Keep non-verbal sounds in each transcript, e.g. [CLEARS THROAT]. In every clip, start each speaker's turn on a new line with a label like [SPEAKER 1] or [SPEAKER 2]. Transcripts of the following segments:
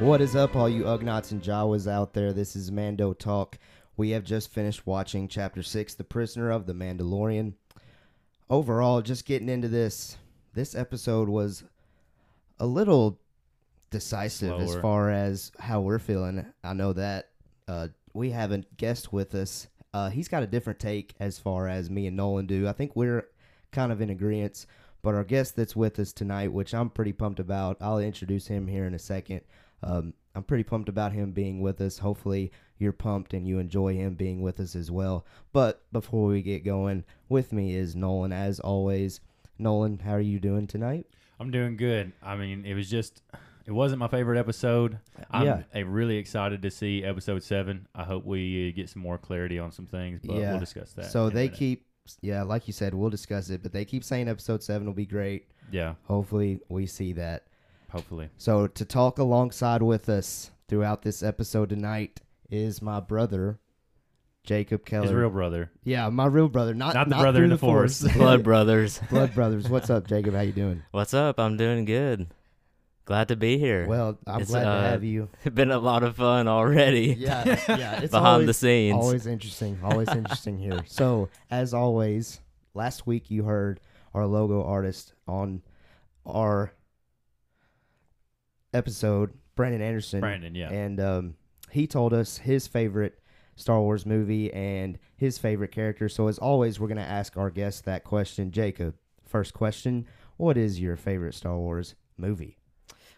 [SPEAKER 1] What is up, all you Ugnots and Jawas out there? This is Mando Talk. We have just finished watching Chapter 6, The Prisoner of the Mandalorian. Overall, just getting into this, this episode was a little decisive as
[SPEAKER 2] Slower.
[SPEAKER 1] far as how we're feeling. I know that uh, we have a guest with us. Uh, he's got a different take as far as me and Nolan do. I think we're kind of in agreement, but our guest that's with us tonight, which I'm pretty pumped about, I'll introduce him here in a second. Um, I'm pretty pumped about him being with us. Hopefully, you're pumped and you enjoy him being with us as well. But before we get going, with me is Nolan, as always. Nolan, how are you doing tonight?
[SPEAKER 2] I'm doing good. I mean, it was just, it wasn't my favorite episode. I'm
[SPEAKER 1] Yeah.
[SPEAKER 2] uh, really excited to see episode seven. I hope we uh, get some more clarity on some things, but
[SPEAKER 1] Yeah.
[SPEAKER 2] we'll discuss that.
[SPEAKER 1] so
[SPEAKER 2] in a
[SPEAKER 1] they
[SPEAKER 2] minute.
[SPEAKER 1] keep, yeah, like you said, we'll discuss it, but they keep saying episode seven will be great.
[SPEAKER 2] yeah,
[SPEAKER 1] Hopefully, we see that.
[SPEAKER 2] hopefully.
[SPEAKER 1] So, to talk alongside with us throughout this episode tonight is my brother, Jacob Keller.
[SPEAKER 2] His real brother.
[SPEAKER 1] yeah, my real brother, not,
[SPEAKER 2] Not the brother
[SPEAKER 1] through
[SPEAKER 2] in
[SPEAKER 1] the,
[SPEAKER 2] the force. [LAUGHS]
[SPEAKER 3] Blood Brothers.
[SPEAKER 1] [LAUGHS] Blood brothers. What's up, Jacob? How you doing?
[SPEAKER 3] What's up? I'm doing good. Glad to be here.
[SPEAKER 1] Well, I'm
[SPEAKER 3] It's,
[SPEAKER 1] glad
[SPEAKER 3] uh,
[SPEAKER 1] to have you.
[SPEAKER 3] it's [LAUGHS] been a lot of fun already.
[SPEAKER 1] Yeah,
[SPEAKER 3] [LAUGHS]
[SPEAKER 1] yeah. It's
[SPEAKER 3] behind the
[SPEAKER 1] always-
[SPEAKER 3] scenes.
[SPEAKER 1] Always interesting.
[SPEAKER 3] [LAUGHS]
[SPEAKER 1] Always interesting here. So, as always, last week you heard our logo artist on our episode, Brandon Anderson.
[SPEAKER 2] Brandon, yeah.
[SPEAKER 1] And um, he told us his favorite Star Wars movie and his favorite character. So, as always, we're going to ask our guest that question. Jacob, first question What is your favorite Star Wars movie?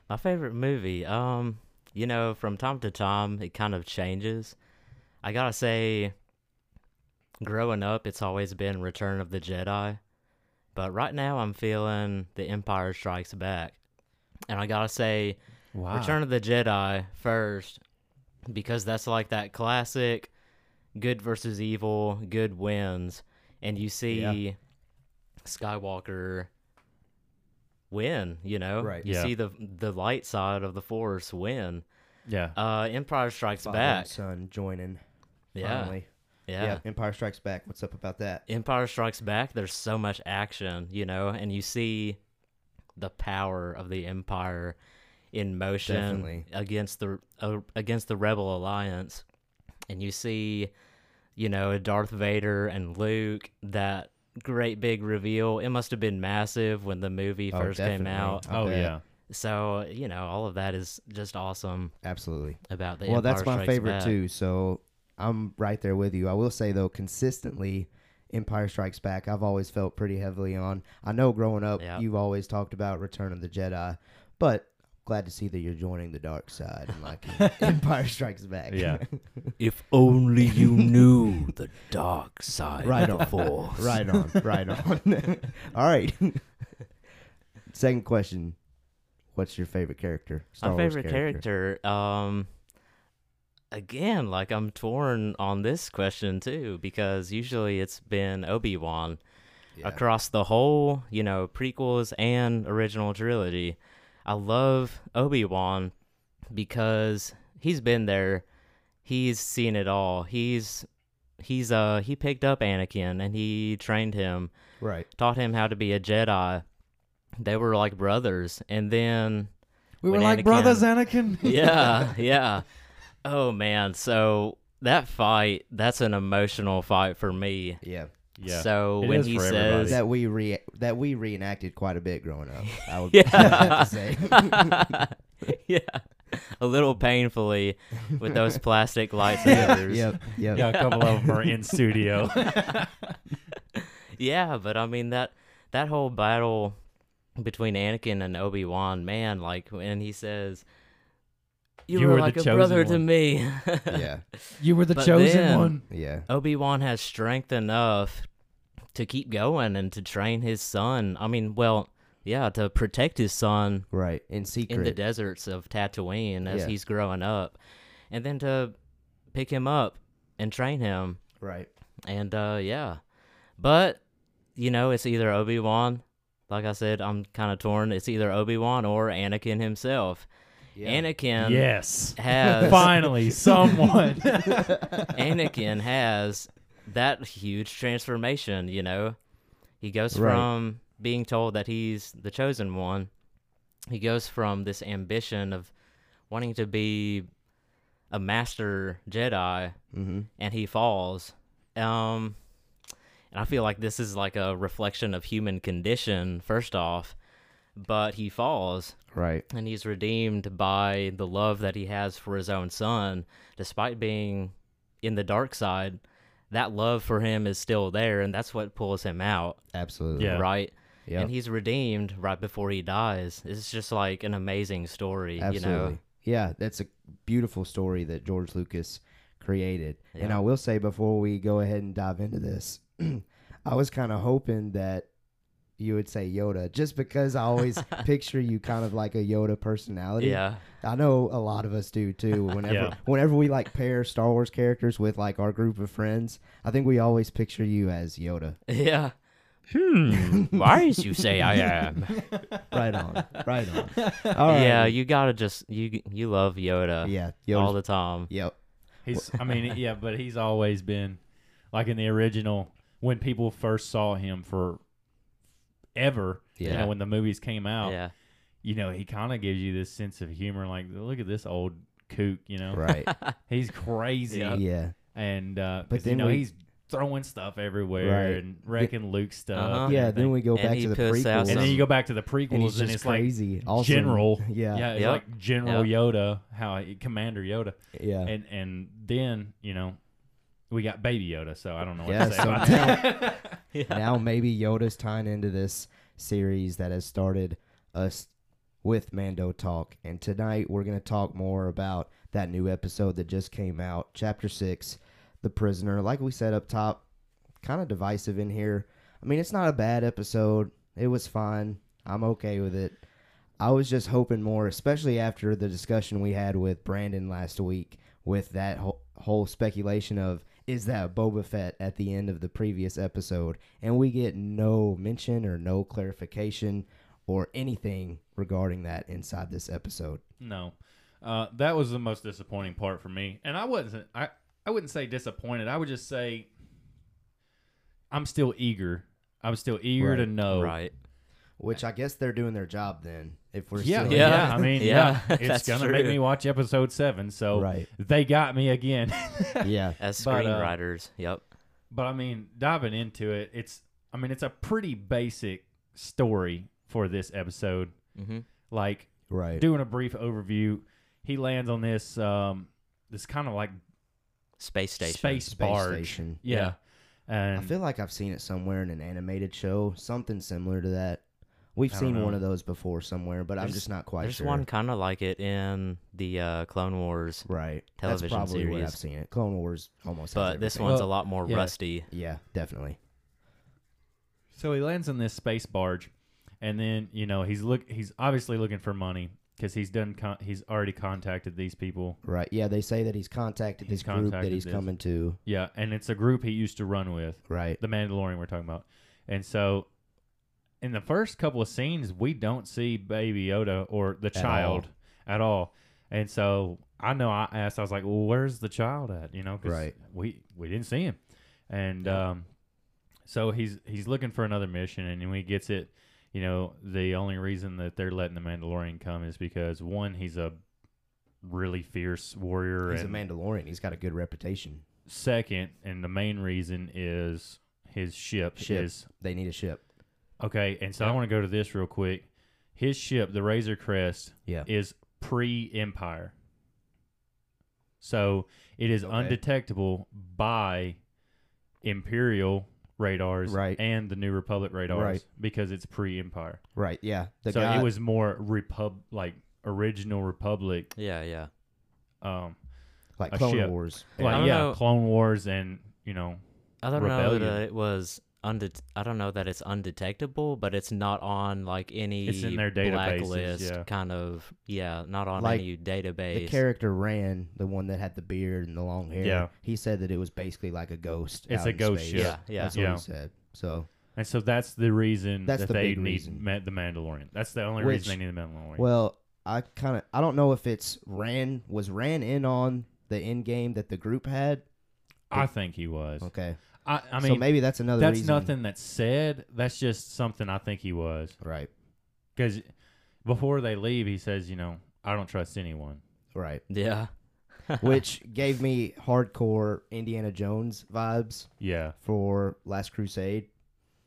[SPEAKER 3] My favorite movie. Um, you know, from time to time it kind of changes. I gotta say, growing up, it's always been Return of the Jedi, but right now I'm feeling The Empire Strikes Back, and I gotta say,
[SPEAKER 2] Wow.
[SPEAKER 3] Return of the Jedi first because that's like that classic good versus evil, good wins. And you see
[SPEAKER 1] Yeah.
[SPEAKER 3] Skywalker win, you know?
[SPEAKER 1] Right.
[SPEAKER 3] You
[SPEAKER 2] Yeah.
[SPEAKER 3] see the the light side of the force win.
[SPEAKER 2] yeah.
[SPEAKER 3] Uh Empire Strikes
[SPEAKER 1] Father and
[SPEAKER 3] Back.
[SPEAKER 1] son joining.
[SPEAKER 3] Yeah.
[SPEAKER 1] Finally.
[SPEAKER 3] Yeah.
[SPEAKER 1] Yeah. Empire Strikes Back. What's up about that?
[SPEAKER 3] Empire Strikes Back, there's so much action, you know, and you see the power of the Empire in motion
[SPEAKER 1] Definitely.
[SPEAKER 3] against the uh, against the Rebel Alliance, and you see, you know, Darth Vader and Luke that great big reveal. It must have been massive when the movie
[SPEAKER 1] Oh,
[SPEAKER 3] first came
[SPEAKER 1] definitely.
[SPEAKER 3] out.
[SPEAKER 1] I
[SPEAKER 2] oh,
[SPEAKER 1] bet.
[SPEAKER 2] yeah.
[SPEAKER 3] So you know, all of that is just awesome
[SPEAKER 1] Absolutely.
[SPEAKER 3] about the.
[SPEAKER 1] well, that's
[SPEAKER 3] Empire
[SPEAKER 1] my
[SPEAKER 3] Strikes
[SPEAKER 1] favorite
[SPEAKER 3] Back.
[SPEAKER 1] too. So I'm right there with you. I will say though, consistently, Empire Strikes Back. I've always felt pretty heavily on. I know growing up,
[SPEAKER 3] Yeah.
[SPEAKER 1] you've always talked about Return of the Jedi, but glad to see that you're joining the dark side and
[SPEAKER 3] [LAUGHS]
[SPEAKER 1] like Empire Strikes Back. [LAUGHS]
[SPEAKER 2] Yeah.
[SPEAKER 3] If only you knew the dark side
[SPEAKER 1] Right on. right on. Right on. [LAUGHS] All right. Second question. What's your favorite character? Star
[SPEAKER 3] My
[SPEAKER 1] Wars
[SPEAKER 3] favorite character. um, again, like I'm torn on this question too because usually it's been Obi Wan
[SPEAKER 1] Yeah.
[SPEAKER 3] across the whole, you know, prequels and original trilogy. I love Obi Wan because he's been there, he's seen it all. He's he's uh he picked up Anakin and he trained him
[SPEAKER 1] Right.
[SPEAKER 3] taught him how to be a Jedi. They were like brothers, and then
[SPEAKER 2] We
[SPEAKER 3] When were like Anakin- brothers,
[SPEAKER 2] Anakin.
[SPEAKER 3] [LAUGHS] yeah, yeah. Oh man, so that fight, that's an emotional fight for me.
[SPEAKER 1] Yeah.
[SPEAKER 2] Yeah.
[SPEAKER 3] So
[SPEAKER 2] It
[SPEAKER 3] when
[SPEAKER 2] is
[SPEAKER 3] he
[SPEAKER 2] for
[SPEAKER 3] says [LAUGHS]
[SPEAKER 2] everybody.
[SPEAKER 1] that we re that we reenacted quite a bit growing up. I
[SPEAKER 3] [LAUGHS]
[SPEAKER 1] would [LAUGHS]
[SPEAKER 3] Yeah.
[SPEAKER 1] have to say.
[SPEAKER 3] [LAUGHS] yeah, a little painfully with those plastic lightsabers.
[SPEAKER 1] yep, yep.
[SPEAKER 2] [LAUGHS] yeah, a couple of them are in
[SPEAKER 3] [LAUGHS]
[SPEAKER 2] studio.
[SPEAKER 3] Yeah, but I mean that that whole battle between Anakin and Obi Wan, man, like when he says, "You, were, like
[SPEAKER 2] the
[SPEAKER 3] a
[SPEAKER 2] chosen
[SPEAKER 3] brother to
[SPEAKER 2] one."
[SPEAKER 3] me." [LAUGHS]
[SPEAKER 1] Yeah.
[SPEAKER 2] you were the
[SPEAKER 3] But chosen then- one.
[SPEAKER 1] Yeah.
[SPEAKER 3] Obi Wan has strength enough to keep going and to train his son. I mean, well, yeah, to protect his son
[SPEAKER 1] Right. In
[SPEAKER 3] in the
[SPEAKER 1] secret.
[SPEAKER 3] deserts of Tatooine as
[SPEAKER 1] Yeah.
[SPEAKER 3] he's growing up, and then to pick him up and train him.
[SPEAKER 1] right.
[SPEAKER 3] And uh, yeah, but you know, it's either Obi Wan. Like I said, I'm kind of torn. It's either Obi Wan or Anakin himself.
[SPEAKER 1] [LAUGHS]
[SPEAKER 3] Anakin
[SPEAKER 2] Yes. [LAUGHS]
[SPEAKER 3] has
[SPEAKER 2] Finally, someone.
[SPEAKER 3] Anakin has that huge transformation, you know. He goes
[SPEAKER 1] Right.
[SPEAKER 3] from being told that he's the chosen one. He goes from this ambition of wanting to be a master Jedi
[SPEAKER 1] Mm-hmm.
[SPEAKER 3] and he falls. Um, and I feel like this is like a reflection of human condition, first off, but he falls
[SPEAKER 1] Right.
[SPEAKER 3] and he's redeemed by the love that he has for his own son, despite being in the dark side. That love for him is still there, and that's what pulls him out,
[SPEAKER 1] Absolutely.
[SPEAKER 2] Yeah.
[SPEAKER 3] right?
[SPEAKER 1] Yeah.
[SPEAKER 3] And he's redeemed right before he dies. It's just like an amazing story,
[SPEAKER 1] Absolutely.
[SPEAKER 3] you know?
[SPEAKER 1] Yeah, that's a beautiful story that George Lucas created. And
[SPEAKER 3] Yeah.
[SPEAKER 1] I will say before we go ahead and dive into this, [CLEARS THROAT] I was kind of hoping that you would say Yoda just because I
[SPEAKER 3] [LAUGHS]
[SPEAKER 1] always picture you kind of like a Yoda personality.
[SPEAKER 3] Yeah. [LAUGHS]
[SPEAKER 1] I know a lot of us do too. Whenever
[SPEAKER 2] Yeah.
[SPEAKER 1] whenever we like pair Star Wars characters with like our group of friends, I think we always picture you as Yoda.
[SPEAKER 3] Yeah. Hmm. Wise you say I am.
[SPEAKER 1] Right on. right
[SPEAKER 3] [LAUGHS]
[SPEAKER 1] on. All right.
[SPEAKER 3] Yeah, you gotta just you you love Yoda
[SPEAKER 1] Yeah.
[SPEAKER 3] all
[SPEAKER 1] Yoda.
[SPEAKER 3] the time. [LAUGHS]
[SPEAKER 1] Yep.
[SPEAKER 2] He's,
[SPEAKER 1] [LAUGHS]
[SPEAKER 2] I mean, yeah, but he's always been like in the original when people first saw him for ever. You
[SPEAKER 1] Yeah.
[SPEAKER 2] know, when the movies came out, [LAUGHS]
[SPEAKER 3] Yeah,
[SPEAKER 2] you know, he kind of gives you this sense of humor, like, look at this old kook. You know,
[SPEAKER 1] Right.
[SPEAKER 2] he's crazy,
[SPEAKER 3] Yeah. [LAUGHS]
[SPEAKER 1] yeah.
[SPEAKER 2] and uh,
[SPEAKER 1] But
[SPEAKER 2] but
[SPEAKER 1] then
[SPEAKER 2] then you know
[SPEAKER 1] we-
[SPEAKER 2] he's throwing stuff everywhere
[SPEAKER 1] Right.
[SPEAKER 2] and wrecking Luke's stuff.
[SPEAKER 3] Uh-huh.
[SPEAKER 2] and
[SPEAKER 1] Yeah, then
[SPEAKER 2] everything.
[SPEAKER 1] we go
[SPEAKER 3] And
[SPEAKER 1] back
[SPEAKER 3] he
[SPEAKER 1] to the
[SPEAKER 3] puts out
[SPEAKER 1] prequels.
[SPEAKER 2] and then you go back to the prequels,
[SPEAKER 1] and
[SPEAKER 2] and,
[SPEAKER 1] he's just
[SPEAKER 2] it's like
[SPEAKER 1] crazy. also,
[SPEAKER 2] General.
[SPEAKER 1] Yeah,
[SPEAKER 2] Yeah, it's
[SPEAKER 3] Yep.
[SPEAKER 2] like General
[SPEAKER 3] Yep.
[SPEAKER 2] Yoda, how he, Commander Yoda,
[SPEAKER 1] yeah.
[SPEAKER 2] and and then you know we got Baby Yoda, so I don't know what
[SPEAKER 1] Yeah,
[SPEAKER 2] to
[SPEAKER 1] so [LAUGHS]
[SPEAKER 2] say. about
[SPEAKER 1] now-
[SPEAKER 2] that.
[SPEAKER 1] Now maybe Yoda's tying into this series that has started us with Mando Talk, and tonight we're gonna talk more about that new episode that just came out, Chapter Six, The Prisoner. Like we said up top, kind of divisive in here. I mean, it's not a bad episode. It was fine. I'm okay with it. I was just hoping more, especially after the discussion we had with Brandon last week with that whole, whole speculation of is that Boba Fett at the end of the previous episode, and we get no mention or no clarification or anything regarding that inside this episode.
[SPEAKER 2] No, uh, that was the most disappointing part for me, and I wasn't. I I wouldn't say disappointed. I would just say I'm still eager. I'm still eager to
[SPEAKER 1] Right.
[SPEAKER 2] know.
[SPEAKER 3] right.
[SPEAKER 1] Which I guess they're doing their job then. If we're
[SPEAKER 2] Yeah,
[SPEAKER 1] still
[SPEAKER 2] yeah,
[SPEAKER 3] Yeah.
[SPEAKER 2] I mean,
[SPEAKER 3] [LAUGHS] Yeah,
[SPEAKER 2] yeah, it's
[SPEAKER 3] that's
[SPEAKER 2] gonna make
[SPEAKER 3] true.
[SPEAKER 2] me watch episode seven. So
[SPEAKER 1] Right.
[SPEAKER 2] they got me again. [LAUGHS]
[SPEAKER 1] yeah,
[SPEAKER 3] As
[SPEAKER 2] But, uh,
[SPEAKER 3] screenwriters, yep.
[SPEAKER 2] But I mean, diving into it, it's I mean, it's a pretty basic story for this episode.
[SPEAKER 3] Mm-hmm.
[SPEAKER 2] Like
[SPEAKER 1] right,
[SPEAKER 2] doing a brief overview, he lands on this um this kind of like
[SPEAKER 3] Space station.
[SPEAKER 2] space,
[SPEAKER 1] Space
[SPEAKER 2] barge.
[SPEAKER 1] station.
[SPEAKER 2] Yeah. And
[SPEAKER 1] I feel like I've seen it somewhere in an animated show, something similar to that. We've
[SPEAKER 2] I don't
[SPEAKER 1] seen
[SPEAKER 2] know.
[SPEAKER 1] one of those before somewhere, but I'm
[SPEAKER 3] There's-
[SPEAKER 1] just not quite
[SPEAKER 3] There's
[SPEAKER 1] sure.
[SPEAKER 3] one kind of like it in the uh, Clone Wars,
[SPEAKER 1] right
[SPEAKER 3] television
[SPEAKER 1] That's probably where I've
[SPEAKER 3] series.
[SPEAKER 1] seen it. Clone Wars almost, has
[SPEAKER 3] but this
[SPEAKER 1] everything.
[SPEAKER 3] one's a
[SPEAKER 2] Well,
[SPEAKER 3] lot more
[SPEAKER 2] yeah.
[SPEAKER 3] rusty.
[SPEAKER 1] yeah, definitely.
[SPEAKER 2] so he lands on this space barge, and then you know he's look he's obviously looking for money because he's done con- he's already contacted these people.
[SPEAKER 1] Right, yeah, they say that he's contacted this
[SPEAKER 2] He's
[SPEAKER 1] group that
[SPEAKER 2] contacted
[SPEAKER 1] he's
[SPEAKER 2] this.
[SPEAKER 1] coming to.
[SPEAKER 2] Yeah, and it's a group he used to run with.
[SPEAKER 1] Right,
[SPEAKER 2] the Mandalorian we're talking about. And so in the first couple of scenes, we don't see Baby Yoda or the
[SPEAKER 1] all.
[SPEAKER 2] child at all. And so I know I asked, I was like, well, where's the child at? You know, 'cause
[SPEAKER 1] Right.
[SPEAKER 2] we, we didn't see him. And um, so he's, he's looking for another mission and when he gets it, you know, the only reason that they're letting the Mandalorian come is because one, he's a really fierce warrior
[SPEAKER 1] he's a
[SPEAKER 2] and
[SPEAKER 1] Mandalorian. He's got a good reputation.
[SPEAKER 2] second and the main reason is his ship,
[SPEAKER 1] Ship.
[SPEAKER 2] is
[SPEAKER 1] They need a ship.
[SPEAKER 2] okay and so i
[SPEAKER 3] Yeah.
[SPEAKER 2] want to go to this real quick his ship the razor crest
[SPEAKER 1] Yeah,
[SPEAKER 2] is pre-empire so it is
[SPEAKER 1] Okay.
[SPEAKER 2] undetectable by imperial radars
[SPEAKER 1] Right.
[SPEAKER 2] and the new republic radars
[SPEAKER 1] Right.
[SPEAKER 2] because it's pre-empire
[SPEAKER 1] right. Yeah, the
[SPEAKER 2] so
[SPEAKER 1] guy.
[SPEAKER 2] it was more repub like original republic
[SPEAKER 3] Yeah, yeah.
[SPEAKER 2] um
[SPEAKER 1] like
[SPEAKER 2] a
[SPEAKER 1] Clone
[SPEAKER 2] ship.
[SPEAKER 1] Wars.
[SPEAKER 2] like
[SPEAKER 3] don't
[SPEAKER 2] yeah
[SPEAKER 3] know.
[SPEAKER 2] clone wars and you know
[SPEAKER 3] I don't know
[SPEAKER 2] Rebellion.
[SPEAKER 3] that it was undet- I don't know that it's undetectable, but it's not on like any
[SPEAKER 2] It's in their databases,
[SPEAKER 3] blacklist
[SPEAKER 2] yeah.
[SPEAKER 3] kind of. Yeah, not on
[SPEAKER 1] Like,
[SPEAKER 3] any
[SPEAKER 1] the
[SPEAKER 3] database.
[SPEAKER 1] character ran the one that had the beard and the long hair.
[SPEAKER 2] Yeah.
[SPEAKER 1] he said that it was basically like a ghost.
[SPEAKER 2] It's
[SPEAKER 1] out
[SPEAKER 2] a
[SPEAKER 1] in
[SPEAKER 2] ghost
[SPEAKER 1] space.
[SPEAKER 2] ship.
[SPEAKER 3] Yeah, yeah.
[SPEAKER 1] That's
[SPEAKER 2] Yeah.
[SPEAKER 1] what he said. So
[SPEAKER 2] and so that's the reason
[SPEAKER 1] That's
[SPEAKER 2] that
[SPEAKER 1] the
[SPEAKER 2] they
[SPEAKER 1] big
[SPEAKER 2] need
[SPEAKER 1] reason.
[SPEAKER 2] Ma- the mandalorian that's the only
[SPEAKER 1] Which-
[SPEAKER 2] reason they need the mandalorian
[SPEAKER 1] Well, I kind of I don't know if it's ran was ran in on the end game that the group had.
[SPEAKER 2] i think he was
[SPEAKER 1] Okay,
[SPEAKER 2] I, I
[SPEAKER 1] so
[SPEAKER 2] mean,
[SPEAKER 1] maybe that's another.
[SPEAKER 2] that's
[SPEAKER 1] reason.
[SPEAKER 2] nothing that's said. That's just something I think he was.
[SPEAKER 1] Right.
[SPEAKER 2] Because before they leave, he says, you know, I don't trust anyone. [LAUGHS]
[SPEAKER 1] Right.
[SPEAKER 3] Yeah.
[SPEAKER 1] Which gave me hardcore Indiana Jones vibes
[SPEAKER 2] Yeah.
[SPEAKER 1] for Last Crusade.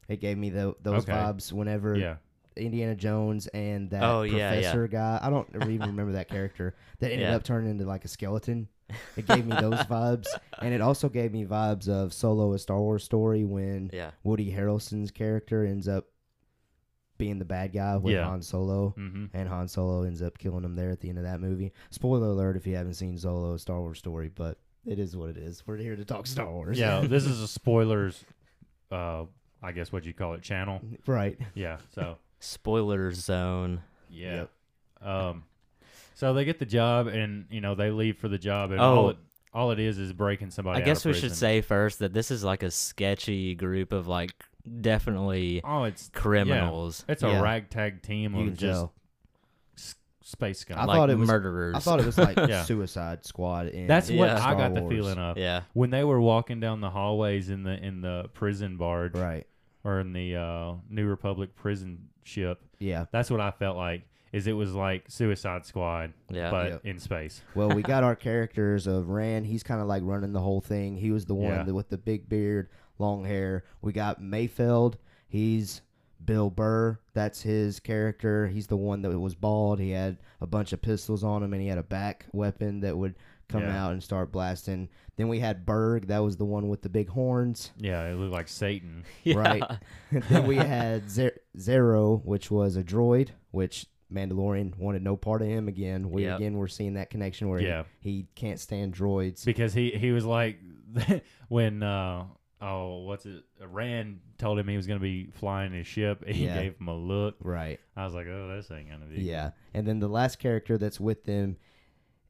[SPEAKER 1] It gave me tho- those
[SPEAKER 2] Okay.
[SPEAKER 1] vibes whenever
[SPEAKER 2] Yeah.
[SPEAKER 1] Indiana Jones and that
[SPEAKER 3] Oh, yeah, yeah.
[SPEAKER 1] professor guy. I don't even remember that
[SPEAKER 3] [LAUGHS]
[SPEAKER 1] character that ended
[SPEAKER 3] Yeah.
[SPEAKER 1] up turning into like a
[SPEAKER 3] [LAUGHS]
[SPEAKER 1] skeleton. It gave me those vibes, and it also gave me vibes of Solo: A Star Wars Story when
[SPEAKER 3] Yeah.
[SPEAKER 1] Woody Harrelson's character ends up being the bad guy with
[SPEAKER 2] Yeah.
[SPEAKER 1] Han Solo,
[SPEAKER 2] Mm-hmm.
[SPEAKER 1] and Han Solo ends up killing him there at the end of that movie. Spoiler alert if you haven't seen Solo: A Star Wars Story, but it is what it is. We're here to talk Star Wars.
[SPEAKER 3] [LAUGHS]
[SPEAKER 2] Yeah. This is a spoilers. Uh, I guess what you call it,
[SPEAKER 3] [LAUGHS]
[SPEAKER 2] channel.
[SPEAKER 1] [LAUGHS] right.
[SPEAKER 2] Yeah. So.
[SPEAKER 3] Spoiler zone.
[SPEAKER 2] Yeah. Um, so they get the job, and you know they leave for the job, and all
[SPEAKER 3] Oh.
[SPEAKER 2] it all it is is breaking somebody.
[SPEAKER 3] I
[SPEAKER 2] out
[SPEAKER 3] guess
[SPEAKER 2] of
[SPEAKER 3] we should
[SPEAKER 2] prison.
[SPEAKER 3] say first that this is like a sketchy group of like definitely
[SPEAKER 2] Oh, it's
[SPEAKER 3] criminals.
[SPEAKER 2] it's
[SPEAKER 1] Yeah.
[SPEAKER 2] a ragtag team
[SPEAKER 1] You
[SPEAKER 2] of
[SPEAKER 1] can
[SPEAKER 2] just
[SPEAKER 1] tell.
[SPEAKER 2] s- space
[SPEAKER 1] I
[SPEAKER 2] scum.
[SPEAKER 3] like
[SPEAKER 1] thought it was-
[SPEAKER 3] murderers.
[SPEAKER 1] I thought it was like
[SPEAKER 2] Yeah.
[SPEAKER 1] Suicide Squad. In
[SPEAKER 2] That's what
[SPEAKER 3] Yeah.
[SPEAKER 2] I
[SPEAKER 1] Star
[SPEAKER 2] got the
[SPEAKER 1] Wars.
[SPEAKER 2] feeling of
[SPEAKER 3] [LAUGHS] yeah.
[SPEAKER 2] when they were walking down the hallways in the in the prison barge
[SPEAKER 1] Right.
[SPEAKER 2] or in the uh, New Republic prison ship.
[SPEAKER 1] Yeah.
[SPEAKER 2] That's what I felt like. Is it was like Suicide Squad,
[SPEAKER 3] Yeah.
[SPEAKER 2] but
[SPEAKER 1] Yep.
[SPEAKER 2] in space.
[SPEAKER 1] Well, we got our characters of Rand. He's kind of like running the whole thing. He was the one
[SPEAKER 2] Yeah.
[SPEAKER 1] that- with the big beard, long hair. We got Mayfeld. He's Bill Burr. That's his character. He's the one that was bald. He had a bunch of pistols on him, and he had a back weapon that would come
[SPEAKER 2] Yeah.
[SPEAKER 1] out and start blasting. Then we had Berg. That was the one with the big horns.
[SPEAKER 2] Yeah, it looked
[SPEAKER 1] [LAUGHS]
[SPEAKER 2] like Satan. [LAUGHS]
[SPEAKER 1] Right.
[SPEAKER 3] Yeah.
[SPEAKER 1] [LAUGHS] then we had Zer- Zero, which was a droid, which Mandalorian wanted no part of him again. We
[SPEAKER 3] Yep.
[SPEAKER 1] again we're seeing that connection where he-
[SPEAKER 2] Yeah.
[SPEAKER 1] he, can't stand droids.
[SPEAKER 2] because he he was like [LAUGHS] when uh oh what's it Rand told him he was gonna be flying his ship he
[SPEAKER 1] Yeah.
[SPEAKER 2] gave him a look
[SPEAKER 1] right.
[SPEAKER 2] I was like oh this ain't gonna be
[SPEAKER 1] Yeah. And then the last character that's with them